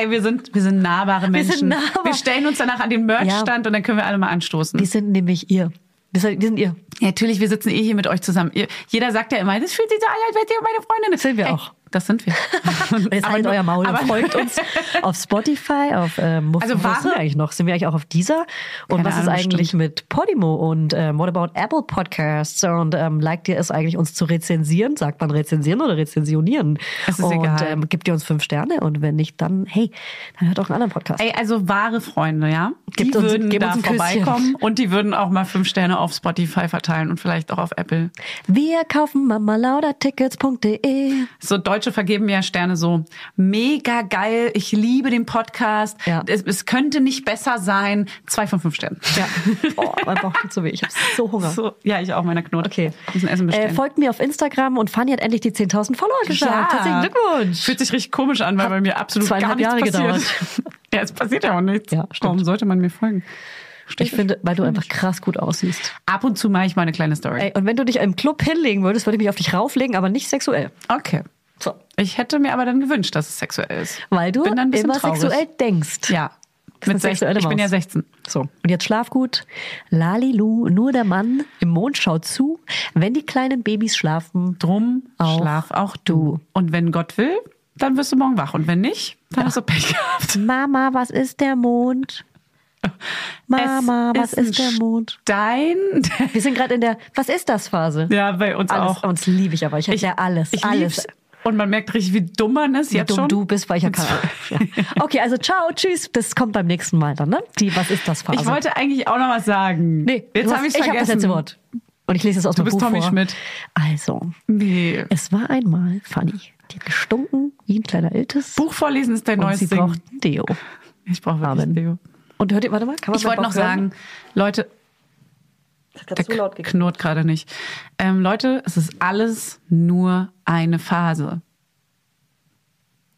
S2: Ey, wir sind, wir sind nahbare Menschen.
S1: sind nahbar.
S2: Wir stellen uns danach an den Merchstand und dann können wir alle mal anstoßen.
S1: Wir sind nämlich ihr. Wir sind, wir sind ihr.
S2: Ja, natürlich, wir sitzen eh hier mit euch zusammen. Ihr, jeder sagt ja immer, das fühlt sich so an, als wärt ihr meine Freundin.
S1: Sind wir
S2: Ey,
S1: auch.
S2: Das sind wir.
S1: Und jetzt
S2: Aber
S1: haltet
S2: nur-
S1: euer Maul und
S2: aber-
S1: folgt uns auf Spotify, auf ähm, also
S2: Also
S1: was
S2: wahre-
S1: sind wir eigentlich noch? Sind wir eigentlich auch auf dieser? Und
S2: Keine
S1: was ist
S2: Ahnung,
S1: eigentlich
S2: bestimmt.
S1: mit Podimo und ähm, what about Apple Podcasts? Und ähm, liked ihr es eigentlich, uns zu rezensieren? Sagt man rezensieren oder rezensionieren?
S2: Es ist
S1: und
S2: egal.
S1: Ähm, gebt ihr uns fünf Sterne und wenn nicht, dann hey, dann hört auch einen anderen Podcast.
S2: Ey, also wahre Freunde, ja? Die
S1: Gebt uns-
S2: würden
S1: gebt
S2: da
S1: uns ein Küsschen.
S2: vorbeikommen und die würden auch mal fünf Sterne auf Spotify verteilen und vielleicht auch auf Apple.
S1: Wir kaufen mamalaudertickets.de.
S2: So Deutsche vergeben ja Sterne so mega geil. Ich liebe den Podcast.
S1: Ja.
S2: Es, es könnte nicht besser sein. Zwei von fünf Sternen.
S1: Ja, oh, mein Bauch tut so weh. Ich habe so Hunger.
S2: So, ja, ich auch, meiner Knurrt.
S1: Okay.
S2: Müssen Essen
S1: Äh,
S2: bestellen.
S1: folgt mir auf Instagram und Fanny hat endlich die 10.000 Follower geschafft. Herzlichen Glückwunsch.
S2: Fühlt sich richtig komisch an, weil
S1: Hat
S2: bei mir absolut gar
S1: zweieinhalb
S2: nichts
S1: Jahre
S2: passiert. ja, es passiert ja auch nichts.
S1: Ja, stimmt.
S2: Warum sollte man mir folgen?
S1: Ich finde, weil du einfach krass gut aussiehst.
S2: Ab und zu mache ich mal eine kleine Story.
S1: Ey, und wenn du dich im Club hinlegen würdest, würde ich mich auf dich rauflegen, aber nicht sexuell.
S2: Okay.
S1: So.
S2: Ich hätte mir aber dann gewünscht, dass es sexuell ist.
S1: Weil du
S2: Bin dann ein bisschen
S1: immer
S2: traurig.
S1: sexuell denkst.
S2: Ja.
S1: eine
S2: Mit 16,
S1: sexuelle
S2: ich bin ja
S1: Maus.
S2: 16.
S1: So. Und jetzt schlaf gut. Lalilu, nur der Mann im Mond schaut zu, wenn die kleinen Babys schlafen.
S2: Drum
S1: Auch
S2: schlaf auch du. Und wenn Gott will, dann wirst du morgen wach. Und wenn nicht, dann hast du Pech gehabt.
S1: Mama, was ist der Mond? Mama,
S2: Es
S1: was ist,
S2: ein
S1: der Mond?
S2: Stein.
S1: Wir sind gerade in der Was ist das Phase.
S2: Ja, bei uns
S1: alles,
S2: auch.
S1: Uns liebe ich aber. Ich hätte ja alles.
S2: Ich
S1: alles.
S2: lieb's. Und man merkt richtig, wie dumm man ist
S1: Wie
S2: jetzt
S1: dumm
S2: schon.
S1: du bist, weil ich ja keine Ahnung. Ja. Okay, also ciao, tschüss. Bis kommt beim nächsten Mal dann, ne? Die Was ist das Phase.
S2: Ich wollte eigentlich auch noch was sagen.
S1: Nee,
S2: jetzt
S1: du
S2: habe
S1: hast-
S2: ich
S1: Ich habe das letzte Wort. Und ich lese es aus
S2: Du
S1: meinem
S2: bist
S1: Buch
S2: Tommy
S1: vor.
S2: Schmidt.
S1: Also,
S2: Nee.
S1: es war einmal Fanny. Die hat gestunken wie ein kleiner Iltis.
S2: Buch vorlesen ist dein
S1: und
S2: neues
S1: sie
S2: Ding.
S1: braucht ein Deo.
S2: ich brauche wirklich
S1: Amen.
S2: Deo.
S1: Und hört ihr, warte mal, kann man
S2: Ich
S1: meinen
S2: wollte
S1: Bauch
S2: noch
S1: hören?
S2: sagen, Leute, der knurrt gerade nicht. Ähm, Leute, es ist alles nur eine Phase.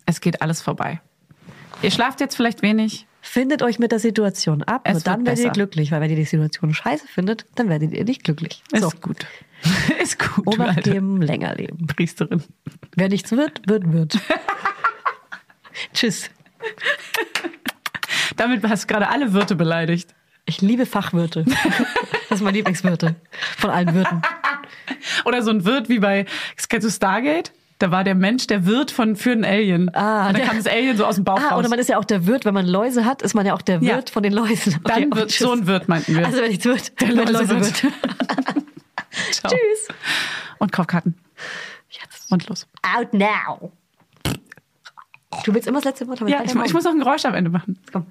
S2: Es geht alles vorbei. Ihr schlaft jetzt vielleicht wenig.
S1: Findet euch mit der Situation ab,
S2: Es
S1: nur dann
S2: wird
S1: werdet ihr
S2: besser.
S1: glücklich, weil wenn ihr die Situation scheiße findet, dann werdet ihr nicht glücklich.
S2: Ist
S1: so,
S2: gut. ist gut. du
S1: Obacht
S2: alte
S1: geben, länger leben.
S2: Priesterin.
S1: Wer nichts wird, wird, wird. Tschüss.
S2: Damit hast du gerade alle Wirte beleidigt.
S1: Ich liebe Fachwirte. Das ist mein Lieblingswirte von allen Wirten.
S2: Oder so ein Wirt wie bei, kennst du Stargate? Da war der Mensch der Wirt von, für ein Alien.
S1: Ah,
S2: und dann
S1: der-
S2: kam das Alien so aus dem Bauch
S1: Ah,
S2: raus.
S1: oder man ist ja auch der Wirt, wenn man Läuse hat, ist man ja auch der
S2: Ja.
S1: Wirt von den Läusen.
S2: Dann
S1: und
S2: wird-
S1: tschüss.
S2: so ein Wirt meinten wir.
S1: Also wenn ich Wirt, der
S2: Läuse-
S1: Läuse wird.
S2: Ciao.
S1: Tschüss.
S2: Und Kaufkarten. Jetzt. Und los.
S7: Out now.
S1: Du willst immer das letzte Wort haben. Halt
S2: Ja, ich, mu- ich muss noch ein Geräusch am Ende machen.
S1: Komm,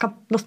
S1: komm, los.